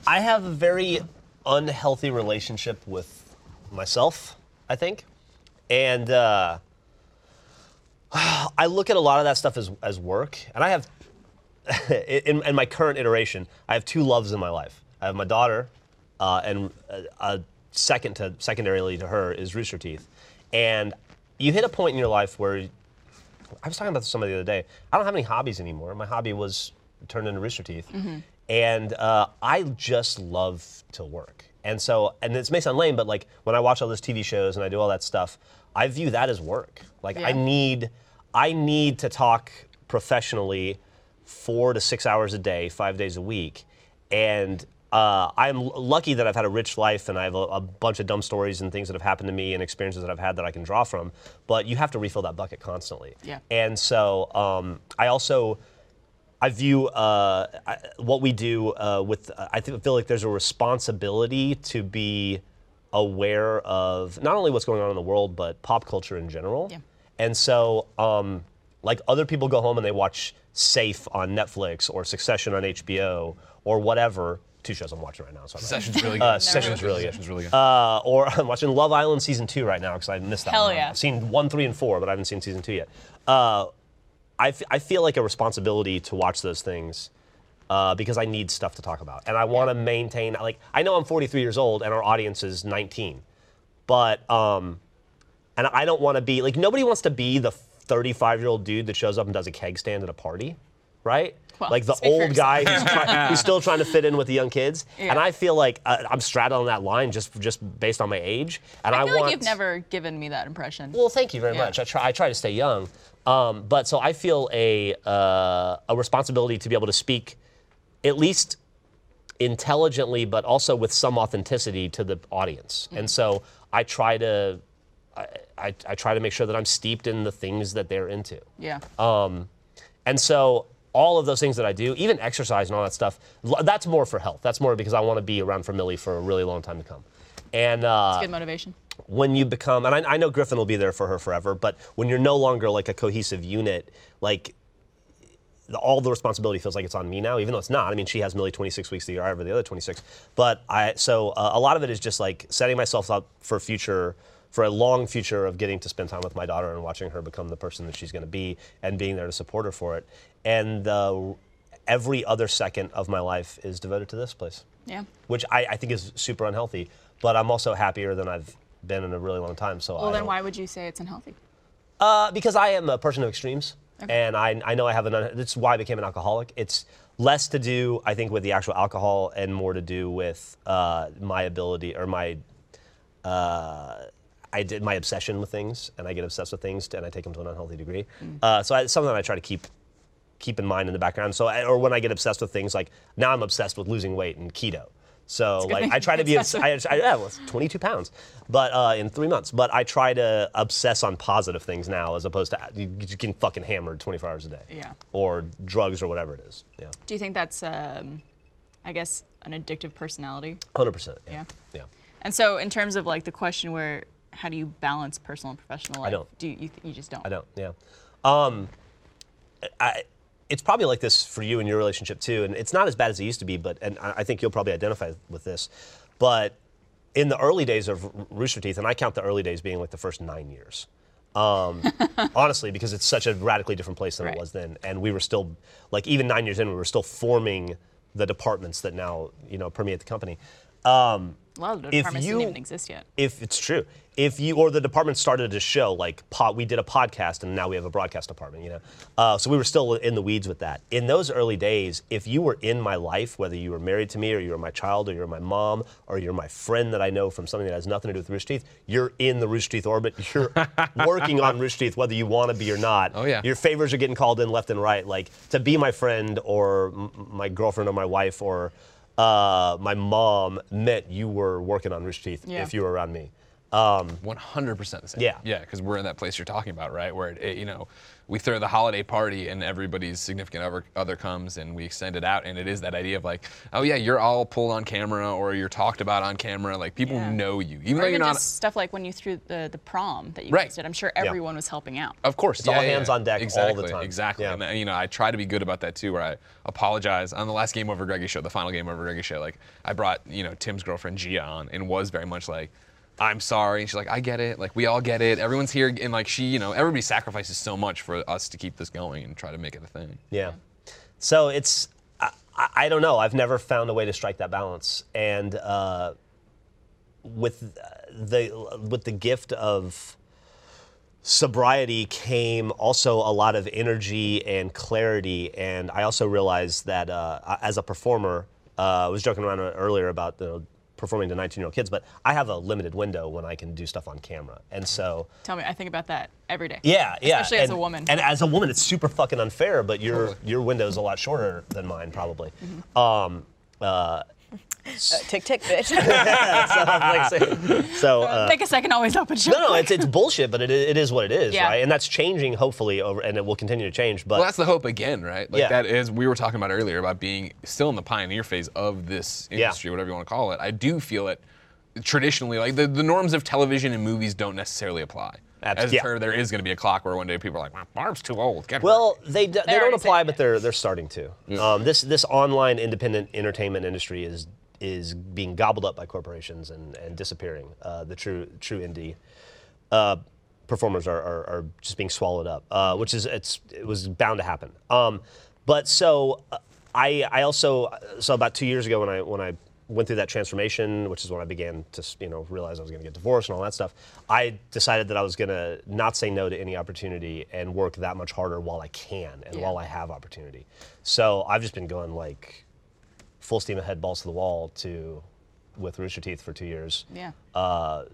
I have a very unhealthy relationship with myself, I think. And uh, *sighs* I look at a lot of that stuff as, as work. And I have, *laughs* in, in my current iteration, I have two loves in my life. I have my daughter, uh, and uh, uh, second to secondarily to her is Rooster Teeth. And you hit a point in your life where I was talking about this to somebody the other day. I don't have any hobbies anymore. My hobby was turned into Rooster Teeth, and uh, I just love to work. And so, and this may sound lame, but like when I watch all those TV shows and I do all that stuff, I view that as work. Like I Yeah. need, I need to talk professionally, four to six hours a day, five days a week, and. Uh, I'm l- lucky that I've had a rich life and I have a, a bunch of dumb stories and things that have happened to me and experiences that I've had that I can draw from. But you have to refill that bucket constantly. Yeah. And so um, I also I view uh, I, what we do uh, with I th- feel like there's a responsibility to be aware of not only what's going on in the world but pop culture in general. Yeah. And so um, like other people go home and they watch Safe on Netflix or Succession on HBO or whatever. Two shows I'm watching right now. So I'm not- Session's really good. Uh, Session's really good. Session's really good. uh, or *laughs* I'm watching Love Island season two right now because I missed that. Hell one. yeah. I've seen one, three, and four, but I haven't seen season two yet. Uh, I, f- I feel like a responsibility to watch those things uh, because I need stuff to talk about, and I want to maintain. Like I know I'm 43 years old, and our audience is 19, but um, and I don't want to be like nobody wants to be the 35 year old dude that shows up and does a keg stand at a party, right? Well, like the speak for old guy who's, try- who's still trying to fit in with the young kids, and I feel like uh, I'm straddling that line just just based on my age, and I, I feel want. like you've never given me that impression. Well, thank you very Yeah. much. I try, I try to stay young, um, but so I feel a uh, a responsibility to be able to speak, at least intelligently, but also with some authenticity to the audience. Mm-hmm. And so I try to. I, I, I try to make sure that I'm steeped in the things that they're into. yeah. And so all of those things that I do, even exercise and all that stuff, l- that's more for health. That's more because I want to be around for Millie for a really long time to come. And uh, Good motivation. when you become, and I, I know Griffin will be there for her forever, but when you're no longer like a cohesive unit, like the, all the responsibility feels like it's on me now, even though it's not. I mean, she has Millie 26 weeks the year, I have the other 26. But I, so uh, a lot of it is just like setting myself up for future, for a long future of getting to spend time with my daughter and watching her become the person that she's going to be and being there to support her for it. And uh, every other second of my life is devoted to this place Yeah. which I, I think is super unhealthy. But I'm also happier than I've been in a really long time. So Well, I then don't- why would you say it's unhealthy? Uh, because I am a person of extremes, and I, I know I have an. un- That's why I became an alcoholic. It's less to do, I think, with the actual alcohol, and more to do with uh, my ability or my. Uh, I did my obsession with things, and I get obsessed with things, and I take them to an unhealthy degree. Mm. Uh, so I, it's something I try to keep keep in mind in the background. So, I, or when I get obsessed with things, like now I'm obsessed with losing weight and keto. So good like thing I try *laughs* to be, it's obs- I, I yeah, well, it's 22 pounds, but uh, in three months. But I try to obsess on positive things now, as opposed to uh, you you getting fucking hammered 24 hours a day. Yeah. Or drugs or whatever it is. Yeah. Do you think that's, um, I guess, an addictive personality? 100. percent Yeah. Yeah. And so, in terms of like the question where, how do you balance personal and professional life? don't. Do you, you, th- you just don't? I don't. Yeah. Um, I, it's probably like this for you in your relationship too, and it's not as bad as it used to be. But and I I think you'll probably identify with this, but in the early days of R- Rooster Teeth, and I count the early days being like the first nine years. *laughs* Um, honestly, because it's such a radically different place than Right. it was then, and we were still like even nine years in, we were still forming the departments that now you know permeate the company. Um, A lot of the If departments you- didn't even exist yet. if it's true if you or the department started to show like pot we did a podcast and now we have a broadcast department you know uh, so we were still in the weeds with that in those early days if you were in my life whether you were married to me or you were my child or you're my mom or you're my friend that i know from something that has nothing to do with rooster teeth you're in the rooster teeth orbit *laughs* you're working on rooster teeth whether you want to be or not Oh, yeah. *laughs* your favors are getting called in left and right like to be my friend or m- my girlfriend or my wife or uh, my mom meant you were working on rooster teeth Yeah. if you were around me 100% the same. Yeah. Yeah, because we're in that place you're talking about, right? Where, it, it- you know, we throw the holiday party and everybody's significant other, other comes and we extend it out. And it is that idea of like, oh, yeah, you're all pulled on camera or you're talked about on camera. Like, people Yeah. know you. Even Or though you're even not. just stuff like when you threw the, the prom that you Right. guys did. I'm sure everyone was helping out. Oh. Of course, it's all hands on deck all the exactly, time. Exactly, Yeah. and uh, you know, I try to be good about that too. Where I apologize on the last game over Greggy show, the final game over Greggy show. Like I brought you know Tim's girlfriend Gia on, and was very much like, I'm sorry. And she's like, I get it. Like we all get it. Everyone's here, and like she, you know, everybody sacrifices so much for us to keep this going and try to make it a thing. Yeah. So it's I, I I don't know. I've never found a way to strike that balance, and uh, with uh, the with the gift of sobriety came also a lot of energy and clarity. And I also realized that uh, I- as a performer, uh, I was joking around earlier about you know, performing to 19 year old kids, but I have a limited window when I can do stuff on camera, and so. Tell me, I think about that every day. Yeah, yeah. Especially as and- a woman. And as a woman, it's super fucking unfair. But your your window's a lot shorter than mine, probably. Mm-hmm. Um, uh, tick tick, bitch. so, *laughs* I'm like saying- so, uh, Take a second, always open show. no, no, it's it's bullshit, but it, i- it is what it is, Yeah. right? And that's changing, hopefully, over, and it will continue to change. But Well, that's the hope again, right? Like Yeah. that is we were talking about earlier about being still in the pioneer phase of this Yeah. industry, whatever you want to call it. I do feel it traditionally like the, the norms of television and movies don't necessarily apply. Abs- As yeah. per there is going to be a clock where one day people are like, "My Barb's too old." Get her." Well, they, d- they already don't apply, saying but it. they're they're starting to. Um, this this online independent entertainment industry is is being gobbled up by corporations and, and disappearing. Uh, the true true indie uh, performers are, are, are just being swallowed up, uh, which is it's it was bound to happen. Um, but so uh, I I also so about two years ago when I when I went through that transformation, which is when I began to you know realize I was going to get divorced and all that stuff. I decided that I was going to not say no to any opportunity and work that much harder while I can and Yeah. while I have opportunity. So I've just been going like full steam ahead, balls to the wall to with Rooster Teeth for two years Yeah. uh,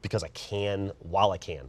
because I can while I can.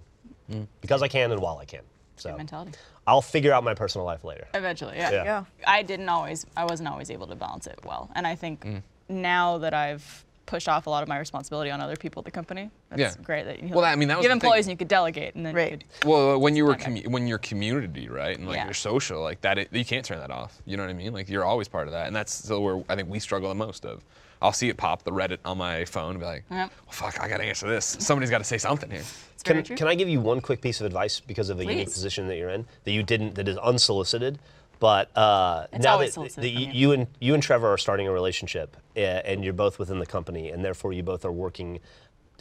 Because I can and while I can. So Mm. Good mentality. I'll figure out my personal life later. Eventually, yeah. Yeah. Yeah. I didn't always, I wasn't always able to balance it well. And I think Mm. now that I've pushed off a lot of my responsibility on other people at the company, that's Yeah. great that you Well, I mean, that was you the have thing. employees and you could delegate and then Right. you could Well, uh, when you were commu- when your community, right, and like Yeah. your social, like that, it, you can't turn that off. You know what I mean? Like you're always part of that, and that's still where I think we struggle the most of. I'll see it pop the Reddit on my phone, and be like, Yep. well, "Fuck, I gotta answer this. Somebody's got to say something here." It's very Can, true. can I give you one quick piece of advice because of a unique Please. position that you're in that you didn't, that is unsolicited? But uh, It's now always that, solicited that from you, you. you and you and Trevor are starting a relationship, uh, and you're both within the company, and therefore you both are working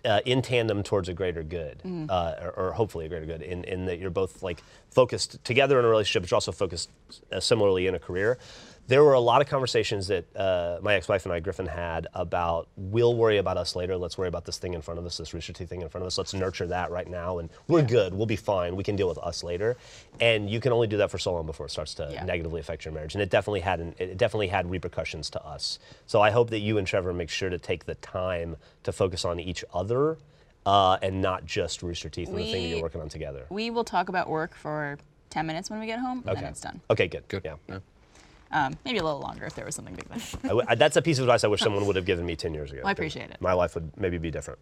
uh, in tandem towards a greater good, Mm. uh, or, or hopefully a greater good, in, in that you're both like focused together in a relationship, but you're also focused uh, similarly in a career. There were a lot of conversations that uh, my ex-wife and I, Griffin, had about we'll worry about us later. Let's worry about this thing in front of us, this rooster teeth thing in front of us. Let's nurture that right now, and we're good. We'll be fine. We can deal with us later. And you can only do that for so long before it starts to Yeah. negatively affect your marriage, and it definitely had an, it definitely had repercussions to us. So I hope that you and Trevor make sure to take the time to focus on each other, uh, and not just Rooster Teeth and the thing that We- you're working on together. we will talk about work for 10 minutes when we get home and then it's done. Okay, good. Good. Yeah. Um, maybe a little longer if there was something big then. I w- I- that's a piece of advice I wish someone would have given me 10 years ago. I 'cause appreciate it. My life would maybe be different.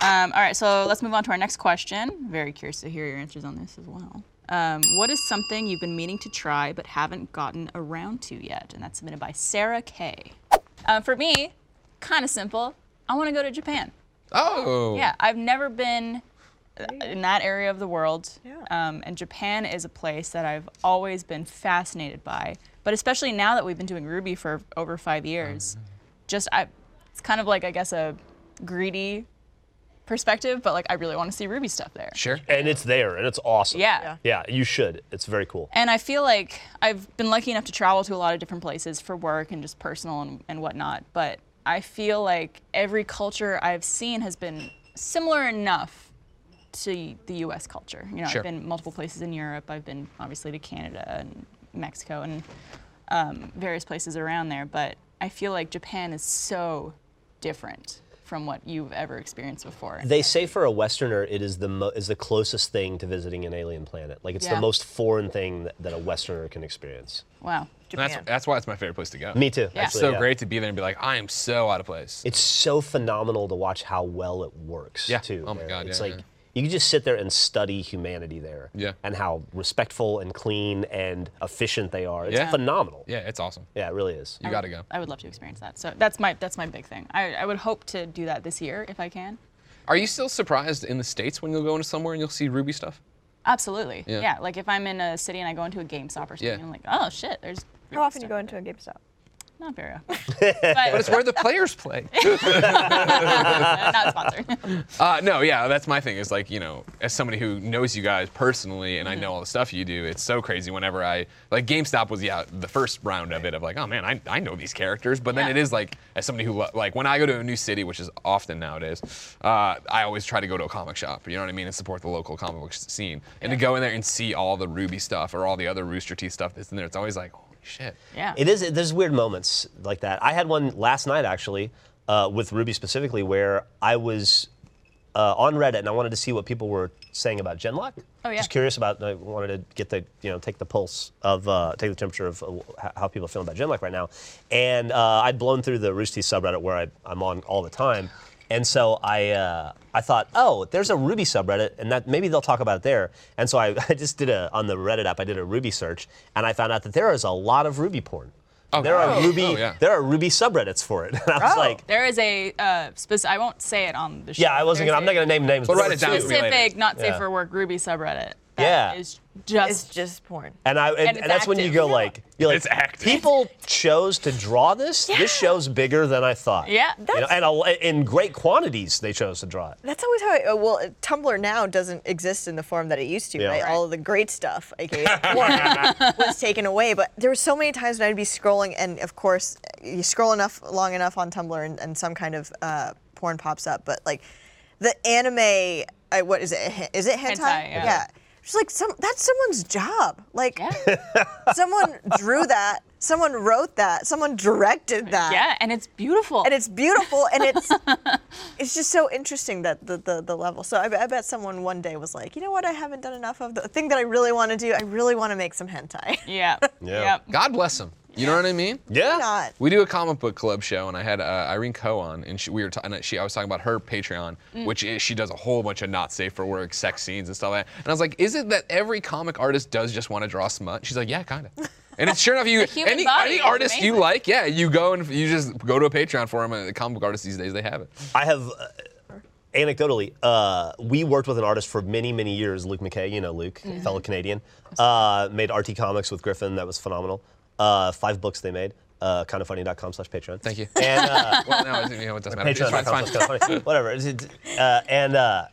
Um, all right, so let's move on to our next question. Very curious to hear your answers on this as well. Um, what is something you've been meaning to try but haven't gotten around to yet? And that's submitted by Sarah K. Um, for me, kind of simple. I want to go to Japan. Oh. Yeah, I've never been uh, in that area of the world. Um, and Japan is a place that I've always been fascinated by. But especially now that we've been doing Ruby for over five years, just I, it's kind of like I guess a greedy perspective, but like I really want to see Ruby stuff there. Sure. And it's there, and it's awesome. Yeah. Yeah. Yeah, you should. It's very cool. And I feel like I've been lucky enough to travel to a lot of different places for work and just personal and, and whatnot. But I feel like every culture I've seen has been similar enough to the US culture. You know, Sure. I've been multiple places in Europe, I've been obviously to Canada and Mexico and um, various places around there. But I feel like Japan is so different from what you've ever experienced before. They say for a Westerner, it is the mo- is the closest thing to visiting an alien planet. Like it's Yeah. the most foreign thing that, that a Westerner can experience. wow. That's Japan. that's why it's my favorite place to go. Me too. Yeah. It's Actually, so yeah. great to be there and be like, I am so out of place. It's so phenomenal to watch how well it works. Yeah. Too. Oh my man. God, It's yeah, like yeah. you can just sit there and study humanity there. Yeah. And how respectful and clean and efficient they are. It's Yeah. phenomenal. yeah, it's awesome. Yeah, it really is. Oh, You got to go. I would love to experience that. So that's my that's my big thing. I, I would hope to do that this year if I can. Are you still surprised in the states when you'll go into somewhere and you'll see Ruby stuff? Absolutely. Yeah. Yeah. Like if I'm in a city and I go into a GameStop or something, Yeah. I'm like, oh shit, *laughs* there's. How often do you go into a GameStop? Not very often. but *laughs* It's where the players play. not sponsored. *laughs* Uh, no, yeah, that's my thing. Is like you know, as somebody who knows you guys personally, Mm-hmm. and I know all the stuff you do, it's so crazy. Whenever I like GameStop was yeah the first round of it of like, oh man, I, I know these characters, but Yeah. then it is like as somebody who lo- like when I go to a new city, which is often nowadays, uh, I always try to go to a comic shop. You know what I mean, and support the local comic book s- scene, and to go in there and see all the Ruby stuff or all the other Rooster Teeth stuff that's in there, it's always like, holy shit. yeah. It is. There's weird moments like that. I had one last night actually uh, with Ruby specifically, where I was uh, on Reddit and I wanted to see what people were saying about Genlock. Oh, yeah. Just curious about. I wanted to get the you know take the pulse of uh, take the temperature of uh, h- how people are feeling about Genlock right now. And uh, I'd blown through the Rooster Teeth subreddit where I, I'm on all the time. And so I, uh, I thought, oh, there's a Ruby subreddit, and that maybe they'll talk about it there. And so I, *laughs* I just did a on the Reddit app. I did a Ruby search, and I found out that there is a lot of Ruby porn. Oh, there are wow. Ruby, Oh, yeah. there are Ruby subreddits for it. *laughs* And I was like, there is a uh, specific. I won't say it on the show. yeah, I wasn't. There's Gonna, I'm not a gonna name names. But there write were it down. two. It's related. Specific, not safe Yeah. for work Ruby subreddit. That Yeah. is just. It's just porn. And I and, And it's and that's when you active. go like you're like It's active. people chose to draw this. This show's bigger than I thought. Yeah, You know, that's- and a lo- in great quantities they chose to draw it. That's always how. I, uh, well, uh, Tumblr now doesn't exist in the form that it used to. Yeah. Right? Right. All of the great stuff, aka porn, was taken away. But there were so many times when I'd be scrolling, and of course, you scroll enough long enough on Tumblr, and, and some kind of uh, porn pops up. But like the anime, I, what is it? He- Is it hentai? Hentai, yeah. Just like some, that's someone's job. Like *laughs* yeah. someone drew that, someone wrote that, someone directed that yeah, and it's beautiful. and it's beautiful *laughs* and it's it's just so interesting that the, the the level so I, I bet someone one day was like you know what i haven't done enough of the thing that i really want to do i really want to make some hentai *laughs* *laughs* yeah. Yeah. Yep. God bless them. You know what I mean? Yeah. not We do a comic book club show, and I had uh, Irene Coe on, and she, we were ta- and she I was talking about her Patreon, which is, she does a whole bunch of not safe for work sex scenes and stuff like that. And I was like, is it that every comic artist does just want to draw smut? She's like, yeah, kind of. And it's sure enough, you human any, body any is artist you amazing. like, yeah, you go and you just go to a Patreon for them. And the comic book artists these days they have it. I have. Uh, Anecdotally, uh, we worked with an artist for many, many years, Luke McKay. You know Luke, fellow Canadian. Uh, made RT Comics with Griffin. That was phenomenal. Uh, five books they made. Uh, kindoffunny.com slash Patreon. Thank you. And uh, Well, no, it, you know, it doesn't matter. It's fine, it's Patreon.com. fine. slash Kinda Funny. *laughs* Whatever. It's- it's- uh, and uh,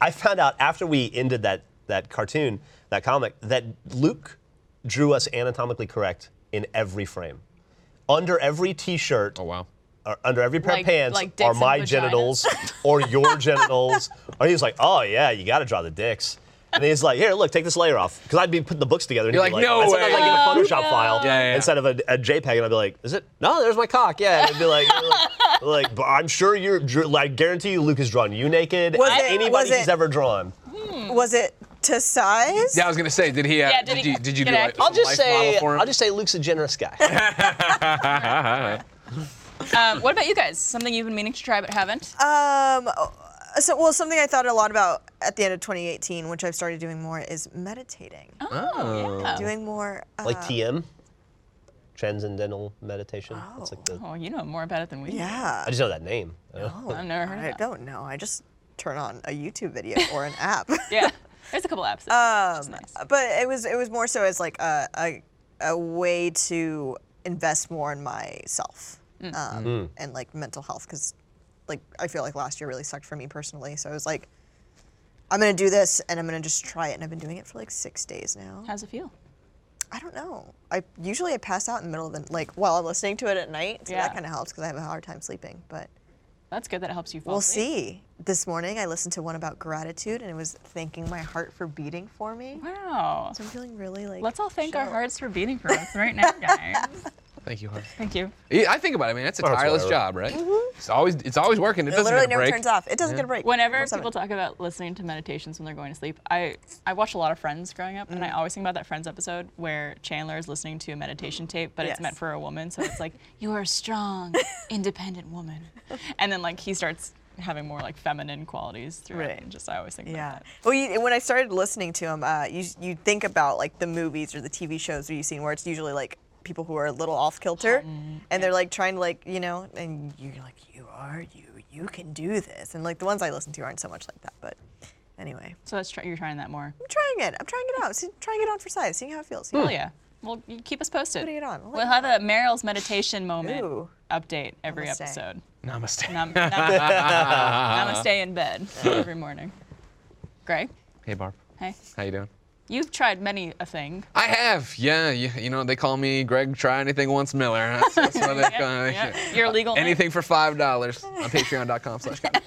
I found out after we ended that that cartoon, that comic, that Luke drew us anatomically correct in every frame, under every T-shirt. Oh wow. Or uh, under every pair Like- of pants like dicks are and my vaginas. genitals or *laughs* your genitals. Or he's like, oh yeah, you got to draw the dicks. And he's like, here, look, take this layer off. Because I'd be putting the books together. And You're he'd be like, "No and sometimes way." I'd get a Photoshop Oh, no. file Yeah, yeah, yeah. instead of a, a JPEG, and I'd be like, is it? No, there's my cock. Yeah. And it'd be like, *laughs* like, but I'm sure you're, dr- like, guarantee you Luke has drawn you naked. Was and it- anybody was he's it- Hmm. ever drawn. was it to size? Yeah, I was gonna say, did he? Uh, Yeah, did did, he you, did you get do accurate? a I'll just life say model for him? I'll just say Luke's a generous *laughs* guy. Um, what about you guys? Something you've been meaning to try but haven't? Uh, Um, so, well, something I thought a lot about at the end of 2018, which I've started doing more, is meditating. oh, yeah. Doing more. Uh, like TM, transcendental meditation. That's like the. oh, you know more about it than we do. yeah. I just know that name. I don't know. I've never heard of I that. don't know. I just turn on a YouTube video or an app. *laughs* Yeah. There's a couple apps. That do it, which is nice. Um, but it was it was more so as like a a, a way to invest more in myself Mm. um, and like mental health because like I feel like last year really sucked for me personally. So I was like, I'm gonna do this and I'm gonna just try it. And I've been doing it for like six days now. How's it feel? I don't know. I usually I pass out in the middle of the like while I'm listening to it at night. So Yeah. that kind of helps because I have a hard time sleeping. But That's good. That helps you fall We'll asleep. see. This morning I listened to one about gratitude and it was thanking my heart for beating for me. Wow. So I'm feeling really like Let's all thank our chill. hearts for beating for us *laughs* right now, guys. Thank you, Harvey. Thank you. Yeah, I think about it, man. It's a Well, it's tireless whatever. job, right? It's always it's always working. It, It doesn't literally get a never break. turns off. It doesn't get a break. Whenever 24/7. people talk about listening to meditations when they're going to sleep, I I watched a lot of Friends growing up, and Mm. I always think about that Friends episode where Chandler is listening to a meditation tape, but it's Yes. meant for a woman, so *laughs* it's like you are a strong, independent woman, and then like he starts having more like feminine qualities through it, Right. and just I always think Yeah. about Well, you, when I started listening to him, uh, you you think about like the movies or the TV shows that you've seen where it's usually like people who are a little off Oh, kilter, and they're like trying to like you know, and you're like you are you you can do this, and like the ones I listen to aren't so much like that. But anyway, that. So that's try- you're trying that more. I'm trying it. I'm trying it out. See, trying it on for size, seeing how it feels. Hmm. Hell yeah. Well, you keep us posted. Putting it on. I'll let We'll you have a Meryl's meditation moment Ooh. update every Namaste. episode. Namaste. Nam- nam- *laughs* Namaste in *laughs* bed every morning. Greg, hey, Barb. hey, How you doing? you've tried many a thing. I have, yeah. You, you know, they call me Greg. Try anything once, Miller. That's, that's what they call *laughs* me. yeah. Your legal name. Anything for five dollars on patreon.com *laughs* slash Kevin.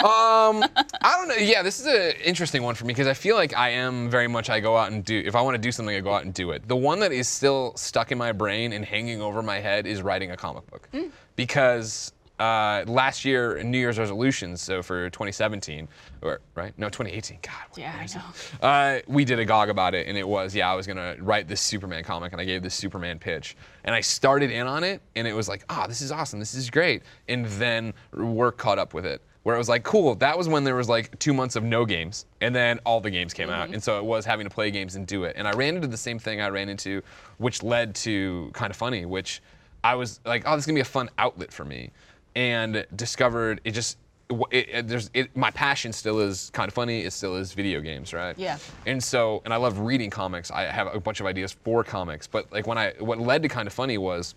Um I don't know. Yeah, this is an interesting one for me because I feel like I am very much I go out and do if I want to do something, I go out and do it. The one that is still stuck in my brain and hanging over my head is writing a comic book. Mm. Because uh, last year, in New Year's resolutions, so for 2017, or right? No, 2018. God, what Yeah, year I is it? know. *laughs* Uh, we did a gog about it, and it was yeah, I was gonna write this Superman comic, and I gave this Superman pitch, and I started in on it, and it was like, ah, this is awesome, this is great, and then work caught up with it, where it was like, cool, that was when there was like two months of no games, and then all the games came out, and so it was having to play games and do it, and I ran into the same thing I ran into, which led to kind of funny, which I was like, oh, this is gonna be a fun outlet for me, and discovered it just it, it, there's it, my passion still is kind of funny. It still is video games, right? Yeah. And so, and I love reading comics. I have a bunch of ideas for comics, but like when I what led to kind of funny was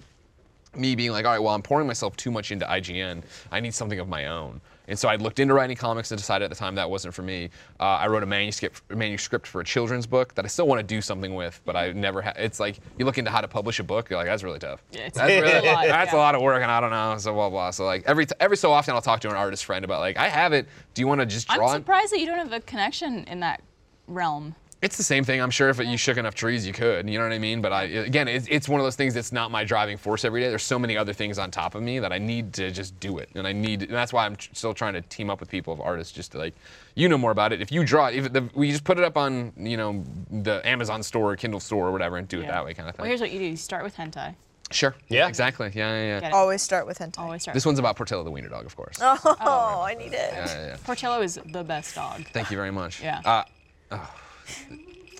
me being like, all right, well, I'm pouring myself too much into IGN. I need something of my own. And so I looked into writing comics and decided at the time that wasn't for me. Uh, I wrote a manuscript manuscript for a children's book that I still want to do something with, but I never. Ha- it's like you look into how to publish a book. You're like, that's really tough. Yeah, it's that's a really, lot, that's a yeah. lot of work, and I don't know. So blah blah. So like every t- every so often, I'll talk to an artist friend about like, I have it. Do you want to just draw? I'm it? surprised that you don't have a connection in that realm. It's the same thing. I'm sure if you shook enough trees, you could. You know what I mean? But I, again, it's, it's one of those things that's not my driving force every day. There's so many other things on top of me that I need to just do it, and I need, and that's why I'm tr- still trying to team up with people of artists, just to like, you know more about it. If you draw it, if the, we just put it up on, you know, the Amazon store, or Kindle store, or whatever, and do it Yeah. that way, kind of thing. Well, here's what you do. You start with hentai. sure. Yeah. Exactly. Yeah, yeah, yeah. Get it. Always start with hentai. Always start. This one's about Portillo the wiener dog, of course. Oh, I need it. Yeah, yeah, yeah. Portillo is the best dog. Thank you very much. Yeah. Uh, oh,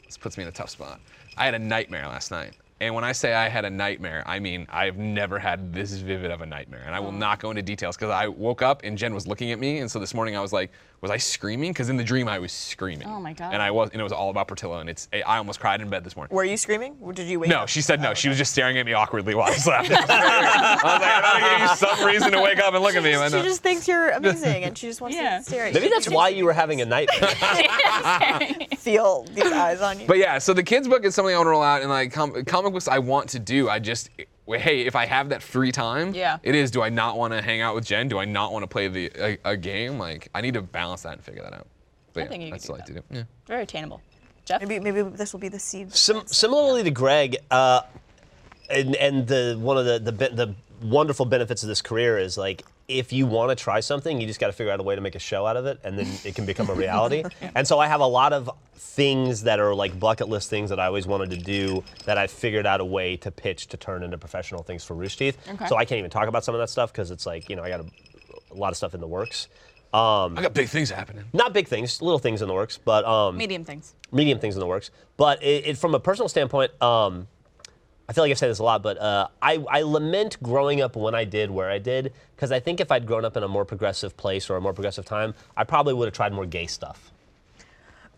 this puts me in a tough spot. I had a nightmare last night. And when I say I had a nightmare, I mean I've never had this vivid of a nightmare. And I will not go into details because I woke up and Jen was looking at me. And so this morning I was like, was I screaming? Because in the dream I was screaming. Oh my God. And I was, and it was all about Portillo. And it's, I almost cried in bed this morning. Were you screaming? Or Did you wake No, up? she said no. She was just staring at me awkwardly while I slept. *laughs* I was like, I gotta give you some reason to wake up and look at me. She I just, know. she just thinks you're amazing, and she just wants Yeah. to stare at you. Maybe that's why you were having a nightmare. feel *clears throat* these eyes on you. But yeah, so the kids book is something I want to roll out, and like com- comic books I want to do. I just, well, hey, if I have that free time, Yeah. it is. Do I not want to hang out with Jen? Do I not want to play the a, a game? Like I need to balance that and figure that out. But think you could that's do what I that. like to do. Yeah. Very attainable. Jeff? maybe maybe this will be the seed. Sim- similarly to Greg, uh, and and the one of the the, bit- the wonderful benefits of this career is like if you want to try something, you just got to figure out a way to make a show out of it, and then it can become a reality. And so I have a lot of things that are like bucket list things that I always wanted to do that I figured out a way to pitch to turn into professional things for Rooster Teeth. Okay. So I can't even talk about some of that stuff because it's like you know I got a, a lot of stuff in the works. Um, I got big things happening. not big things, little things in the works, but um, Medium things. medium things in the works. But it, it, from a personal standpoint, um, I feel like I say this a lot, but uh, I, I lament growing up when I did where I did, because I think if I'd grown up in a more progressive place or a more progressive time, I probably would have tried more gay stuff.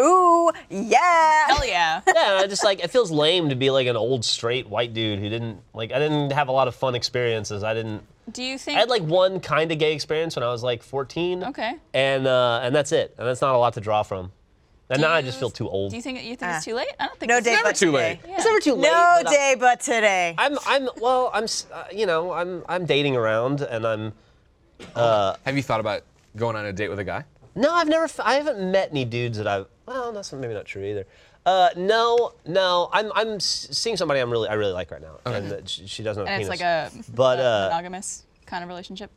Ooh, yeah. Hell yeah. Yeah, I just like it feels lame to be like an old straight white dude who didn't like. I didn't have a lot of fun experiences. I didn't. Do you I think? had like one kind of gay experience when I was like 14. Okay. And uh, and that's it. And that's not a lot to draw from. And now I just you- feel too old. do you think you think it's Ah. too late? I don't think No it's day never but too today. late. It's never too late. No but I- day but today. I'm I'm well I'm s- uh, you know I'm I'm dating around and I'm Have you thought about going on a date with a guy? no I've never f- I haven't met any dudes that I've well that's maybe not true either. Uh, no no I'm I'm s- seeing somebody I'm really I really like right now and that she, she doesn't have And a it's like penis. a but a uh, monogamous kind of relationship.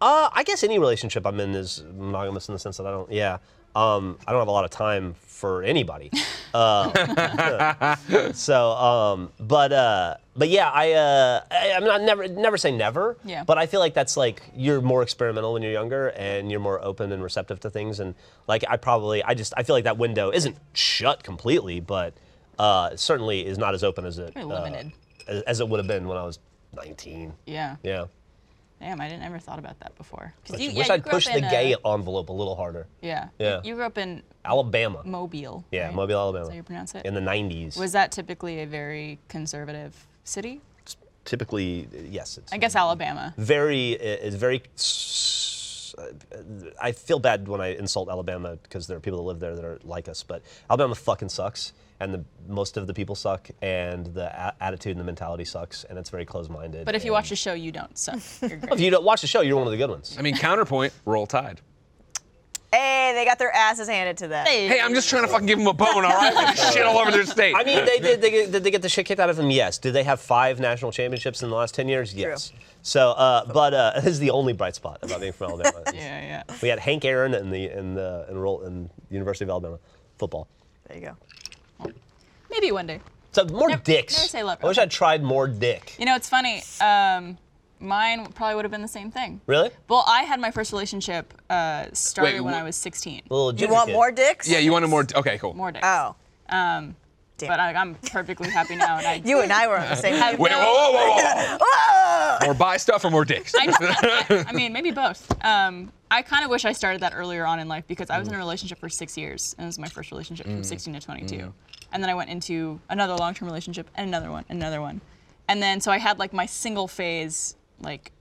uh, I guess any relationship I'm in is monogamous in the sense that I don't yeah um, I don't have a lot of time for anybody. *laughs* Uh, *laughs* so um, but uh, but yeah I, uh, I I'm not never never say never. Yeah. But I feel like that's like you're more experimental when you're younger and you're more open and receptive to things. And like I probably, I just, I feel like that window isn't shut completely, but uh, certainly is not as open as it Very uh, limited. as, as it would have been when I was 19. Yeah. Yeah. Damn, I didn't ever thought about that before. 'Cause I you- wish yeah, you I'd grew up pushed the in, uh, gay envelope a little harder. Yeah. Yeah. You grew up in Alabama. Mobile. yeah, right? Mobile, Alabama. Is that how you pronounce it? In the 90s. Was that typically a very conservative city? typically yes. It's I guess Alabama. very is very. s- I feel bad when I insult Alabama because there are people that live there that are like us, but Alabama fucking sucks, and the most of the people suck, and the a- attitude and the mentality sucks, and it's very closed-minded. But if you and- watch the show, you don't *laughs* suck. You're great. if you don't watch the show, you're one of the good ones. I mean, counterpoint, roll tide. Hey, they got their asses handed to them. Hey, I'm just trying to fucking give him a bone, all right? With this shit all over their *laughs* state. I mean, they did. They, get- did they get the shit kicked out of them? Yes. Did they have five national championships in the last ten years? Yes. So, uh, but uh, *laughs* this is the only bright spot about being from Alabama. yeah, yeah. We had Hank Aaron in the in the enroll in the University of Alabama football. There you go. Maybe one day. So more dicks. never say love, I wish okay. I tried more dick. You know, it's funny. Um, mine probably would have been the same thing. Really? Well, I had my first relationship uh, started Wait, when wh- I was 16. Little You ginger want kid. more dicks? yeah, you wanted more. Okay, cool. More days. Oh. But I, I'm perfectly happy now. And I, *laughs* You and I were on the *laughs* same page. Wait, whoa, whoa, *laughs* whoa, whoa, whoa. more buy stuff or more dicks? I, I mean, maybe both. Um, I kind of wish I started that earlier on in life because I was Mm. in a relationship for six years, and it was my first relationship from 16 to 22. Mm. And then I went into another long-term relationship, and another one, and another one, and then so I had like my single phase like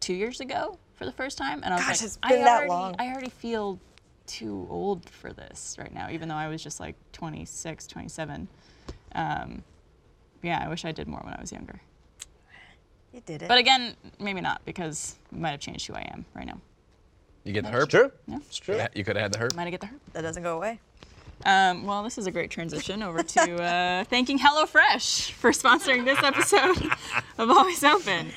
two years ago for the first time, and I was Gosh, like, it's I been that already, long. I already feel too old for this right now, even though I was just like 26, 27. Um, yeah, I wish I did more when I was younger. You did it. But again, maybe not because I might have changed who I am right now. You get the It's herp? true. Yeah. *laughs* It's true. You could have had the herp. Might I get the herp? that doesn't go away. Um, well, this is a great transition over to uh, thanking HelloFresh for sponsoring this episode of Always Open.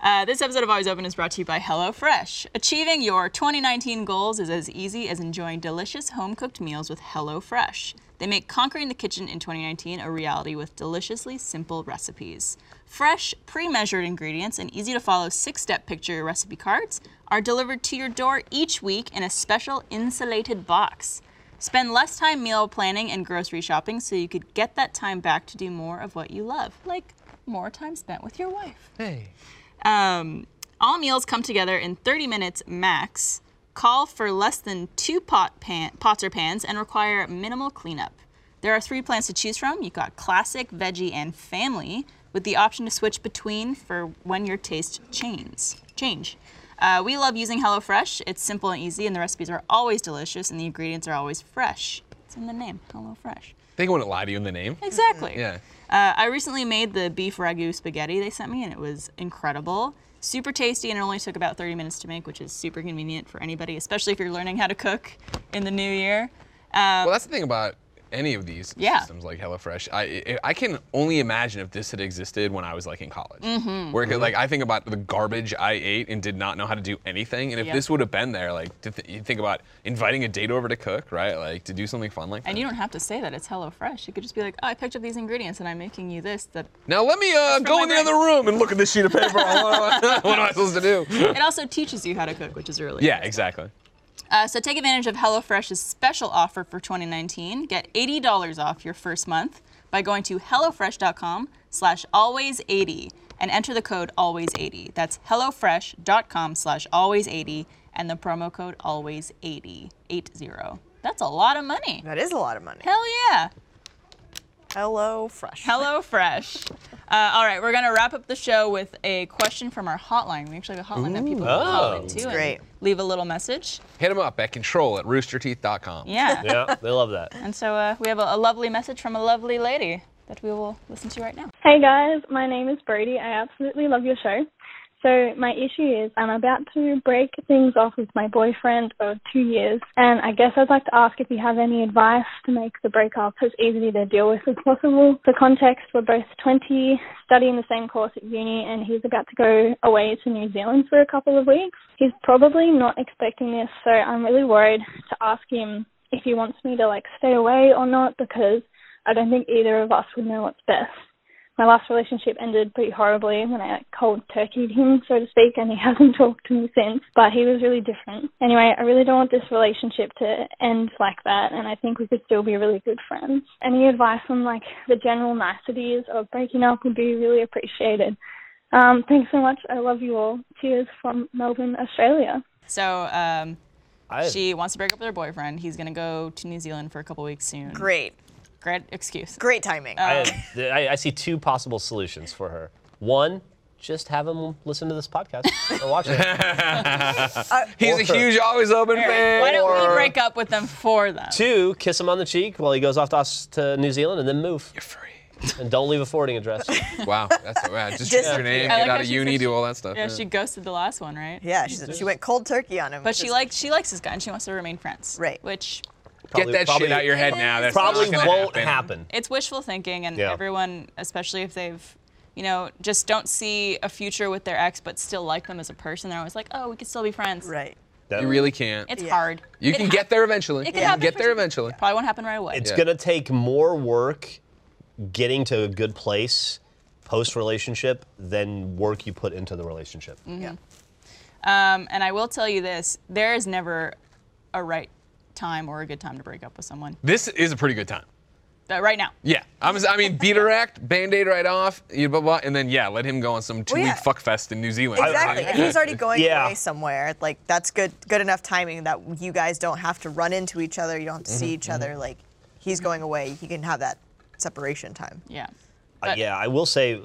Uh, this episode of Always Open is brought to you by HelloFresh. Achieving your 2019 goals is as easy as enjoying delicious home cooked meals with HelloFresh. They make conquering the kitchen in 2019 a reality with deliciously simple recipes. Fresh, pre measured ingredients and easy to follow six step picture recipe cards are delivered to your door each week in a special insulated box. Spend less time meal planning and grocery shopping so you could get that time back to do more of what you love, like more time spent with your wife. Hey. Um, all meals come together in 30 minutes max, call for less than two pot pan- pots or pans, and require minimal cleanup. There are three plans to choose from. You've got classic, veggie, and family, with the option to switch between for when your taste changes. Change. Uh, we love using HelloFresh. It's simple and easy, and the recipes are always delicious, and the ingredients are always fresh. It's in the name, HelloFresh. They wouldn't lie to you in the name. Exactly. Yeah. Uh, I recently made the beef ragu spaghetti they sent me, and it was incredible. Super tasty, and it only took about 30 minutes to make, which is super convenient for anybody, especially if you're learning how to cook in the new year. Well, that's the thing about any of these Um, Yeah. systems like HelloFresh. I I- I can only imagine if this had existed when I was like in college, Mm-hmm. where it could, like I think about the garbage I ate and did not know how to do anything, and if Yep. this would have been there, like to th- you think about inviting a date over to cook, right? Like to do something fun like that. And you don't have to say that it's HelloFresh. You could just be like, oh, I picked up these ingredients and I'm making you this. That now let me uh, from go my in the brain. other room and look at this sheet of paper. *laughs* what am I supposed to do? it also teaches you how to cook, which is really Yeah, nice. exactly. Uh, so take advantage of HelloFresh's special offer for 2019. Get $80 off your first month by going to hellofresh.com slash always80 and enter the code always80. That's hellofresh.com slash always80 and the promo code always80, 80. That's a lot of money. That is a lot of money. Hell yeah. Hello Fresh. Hello Fresh. Uh, all right, we're gonna wrap up the show with a question from our hotline. We actually have a hotline that people can call into and great. leave a little message. Hit them up at control at roosterteeth.com. Yeah. Yeah, they love that. And so uh, we have a, a lovely message from a lovely lady that we will listen to right now. Hey guys, my name is Brady. I absolutely love your show. So my issue is I'm about to break things off with my boyfriend of two years, and I guess I'd like to ask if you have any advice to make the breakup as easy to deal with as possible. For context, we're both 20, studying the same course at uni, and he's about to go away to New Zealand for a couple of weeks. He's probably not expecting this, so I'm really worried to ask him if he wants me to like stay away or not because I don't think either of us would know what's best my last relationship ended pretty horribly when I like, cold turkeyed him, so to speak, and he *laughs* hasn't talked to me since. But he was really different. Anyway, I really don't want this relationship to end like that, and I think we could still be really good friends. Any advice on like the general niceties of breaking up would be really appreciated. Um, thanks so much. I love you all. Cheers from Melbourne, Australia. So um, I, she wants to break up with her boyfriend. He's gonna go to New Zealand for a couple weeks soon. Great. Great excuse. Great timing. I, I, I see two possible solutions for her. One, just have him listen to this podcast or watch it. He's a Or- huge always open fan. Why don't we or- break up with them for them? Two, kiss him on the cheek while he goes off to, Aus- to New Zealand and then move. free. And don't leave a forwarding address. Wow, that's so bad. Just change your name, I get like how out of she uni, said do she- all that stuff. Yeah, she ghosted the last one, right? yeah, she, she went cold turkey on him. But which she is- likes she likes this guy and she wants to remain friends. Right. Which get *laughs* that probably- shit out your head now. That's Probably not gonna won't happen. it's wishful thinking and Yeah. everyone especially if they've you know just don't see a future with their ex but still like them as a person they're always like oh we could still be friends Right. That- You really can't. it's Yeah. hard you It can hap- get there eventually. it can you can happen get for there some- eventually. probably won't happen right away It's Yeah. gonna take more work getting to a good place post relationship than work you put into the relationship. Mm. Yeah. um, and i will tell you this there is never a right time or a good time to break up with someone This is a pretty good time. but right now Yeah, I'm, I mean, beater act, band aid right off, you blah, blah, and then yeah, let him go on some two week yeah. fuck fest in New Zealand. Exactly. If he's already going Yeah. away somewhere, like that's good good enough timing that you guys don't have to run into each other. You don't have to see each other. Like he's going away, you can have that separation time. yeah Uh, But- yeah, I will say uh,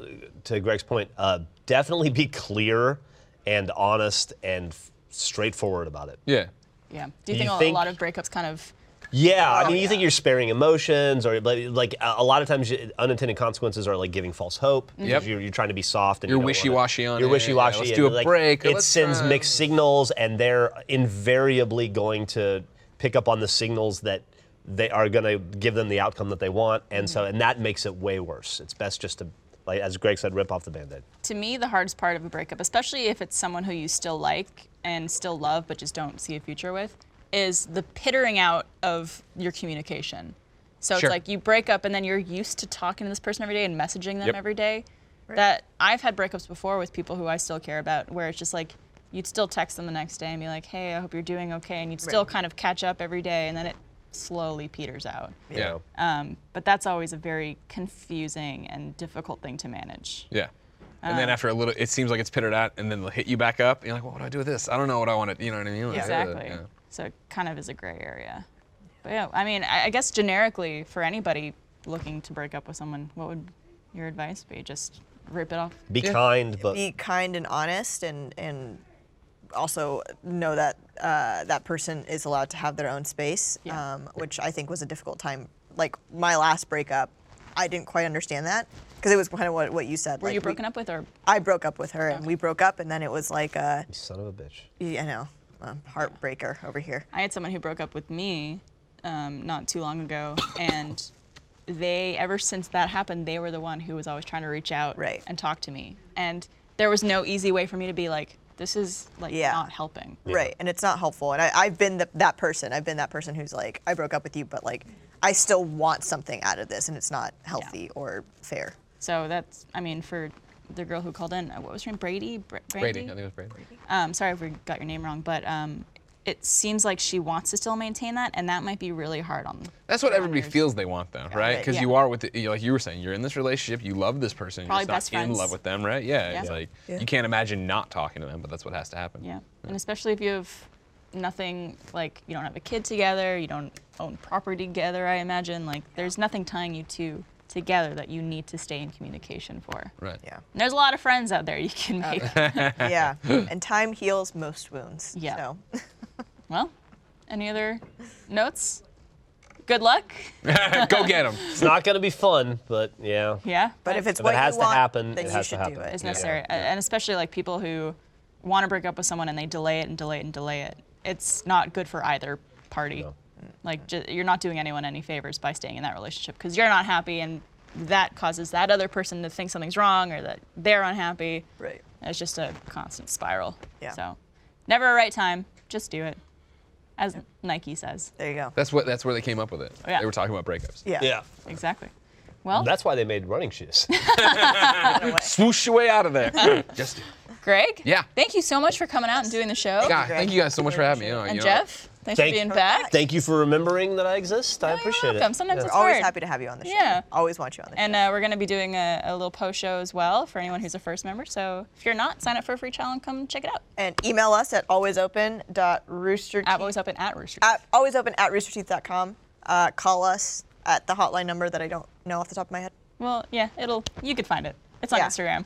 to Greg's point, uh, definitely be clear and honest and f- straightforward about it. Yeah. yeah do you You think, a think- lot of breakups kind of Yeah, Oh, I mean, you yeah. think you're sparing emotions, or but, like a a lot of times you- unintended consequences are like giving false hope. 'cause Mm-hmm. Yep. You're, you're trying to be soft and You're you don't wanna- wishy-washy on You're it, yeah, wishy washy. let's do a break, or It let's uh, sends try- mixed signals, and they're invariably going to pick up on the signals that they are going to give them the outcome that they want, and Mm-hmm. so and that makes it way worse. It's best just to, like as Greg said, rip off the band-aid. to me the hardest part of a breakup especially if it's someone who you still like and still love but just don't see a future with is the pittering out of your communication so Sure. it's like you break up and then you're used to talking to this person every day and messaging them Yep. every day that i've had breakups before with people who i still care about where it's just like you'd still text them the next day and be like hey i hope you're doing okay and you'd still Right. kind of catch up every day and then it slowly peters out Yeah. You Yeah. know? um, but that's always a very confusing and difficult thing to manage And then after a little, it seems like it's pittered out, and then they'll hit you back up, and you're like, well, what do I do with this? I don't know what I want to, you know what I mean? Like, Exactly. yeah. So it kind of is a gray area. But yeah, I mean, I, I guess generically for anybody looking to break up with someone, what would your advice be? Just rip it off. Be kind, but Be kind and honest, and and also know that uh, that person is allowed to have their own space, Yeah. um, which I think was a difficult time. Like my last breakup, I didn't quite understand that because it was kind of what, what you said. Were like you we- broken up with or? I broke up with her, and we broke up, and then it was like uh, son of a bitch. you know, um, heartbreaker over here. I had someone who broke up with me um, not too long *coughs* ago, and they ever since that happened, they were the one who was always trying to reach out Right. and talk to me, and there was no easy way for me to be like, this is like Yeah. not helping. Right, and it's not helpful. And I, I've been the, that person. I've been that person who's like, I broke up with you, but like, I still want something out of this, and it's not healthy or fair. So that's, I mean, for the girl who called in, uh, what was her name? Brady? Br- Brady, I think it was Brady. um, sorry if we got your name wrong, but um, it seems like she wants to still maintain that, and that might be really hard on. That's what everybody feels they want, though, right? right. Because Yeah. you are with, the, you know, like you were saying, you're in this relationship, you love this person, Probably you're just best not in friends. love with them, right? Yeah, it's Yeah. like you can't imagine not talking to them, but that's what has to happen. Yeah, and especially if you have nothing like you don't have a kid together, you don't own property together. I imagine like there's nothing tying you two together that you need to stay in communication for. Right. Yeah, And there's a lot of friends out there you can Oh. make. yeah. and time heals most wounds. Yeah. So. well, any other notes? Good luck. *laughs* Go get them. It's not going to be fun, but yeah. Yeah, But if it's If what it has you to want, happen, then it you has to should happen. do it. It's necessary, A- and especially like people who want to break up with someone and they delay it and delay it and delay it. It's not good for either party. Like ju- you're not doing anyone any favors by staying in that relationship because you're not happy, and that causes that other person to think something's wrong or that they're unhappy. Right. And It's just a constant spiral. Yeah. So, never a right time. Just do it, as Nike says. There you go. That's what. That's where they came up with it. Yeah. They were talking about breakups. Yeah. Yeah. Exactly. Well, That's why they made running shoes. Swoosh your way out *laughs* of there. Just. Greg. Yeah. Thank you so much for coming out and doing the show. God, thank you guys so much for having me on. And you know. Jeff, thanks Thank- for being back. Thank you for remembering that I exist. I Oh, you're appreciate welcome. it. Sometimes it's Always hard. happy to have you on the show. Yeah. Always want you on the And uh, we're going to be doing a, a little post show as well for anyone who's a first member. So if you're not, sign up for a free trial and come check it out. show. And email us at alwaysopen.rooster. At what was up in at Rooster. at alwaysopen at roosterteeth.com. Uh, call us at the hotline number that I don't know off the top of my head. well, yeah, it'll you could find it. It's on Yeah. Instagram. out.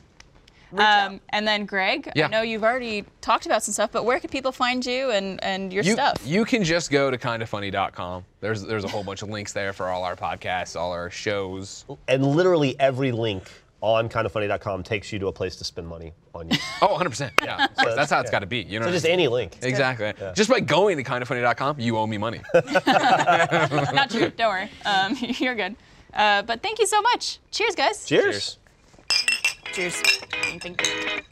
Um, and then Greg, Yeah. I know you've already talked about some stuff, but where could people find you and, and your you, stuff? You can just go to kindoffunny.com. There's there's a whole bunch of links there for all our podcasts, all our shows. And literally every link on kindoffunny.com takes you to a place to spend money on you. Oh, 100%. Yeah. of course. that's how it's got to be. You *laughs* know. so what I just mean? any link. Exactly. Just by going to kindoffunny.com, you owe me money. Not true. Don't worry. Um, *laughs* you're good. Uh, but thank you so much. Cheers, guys. Cheers. Cheers. Thank you.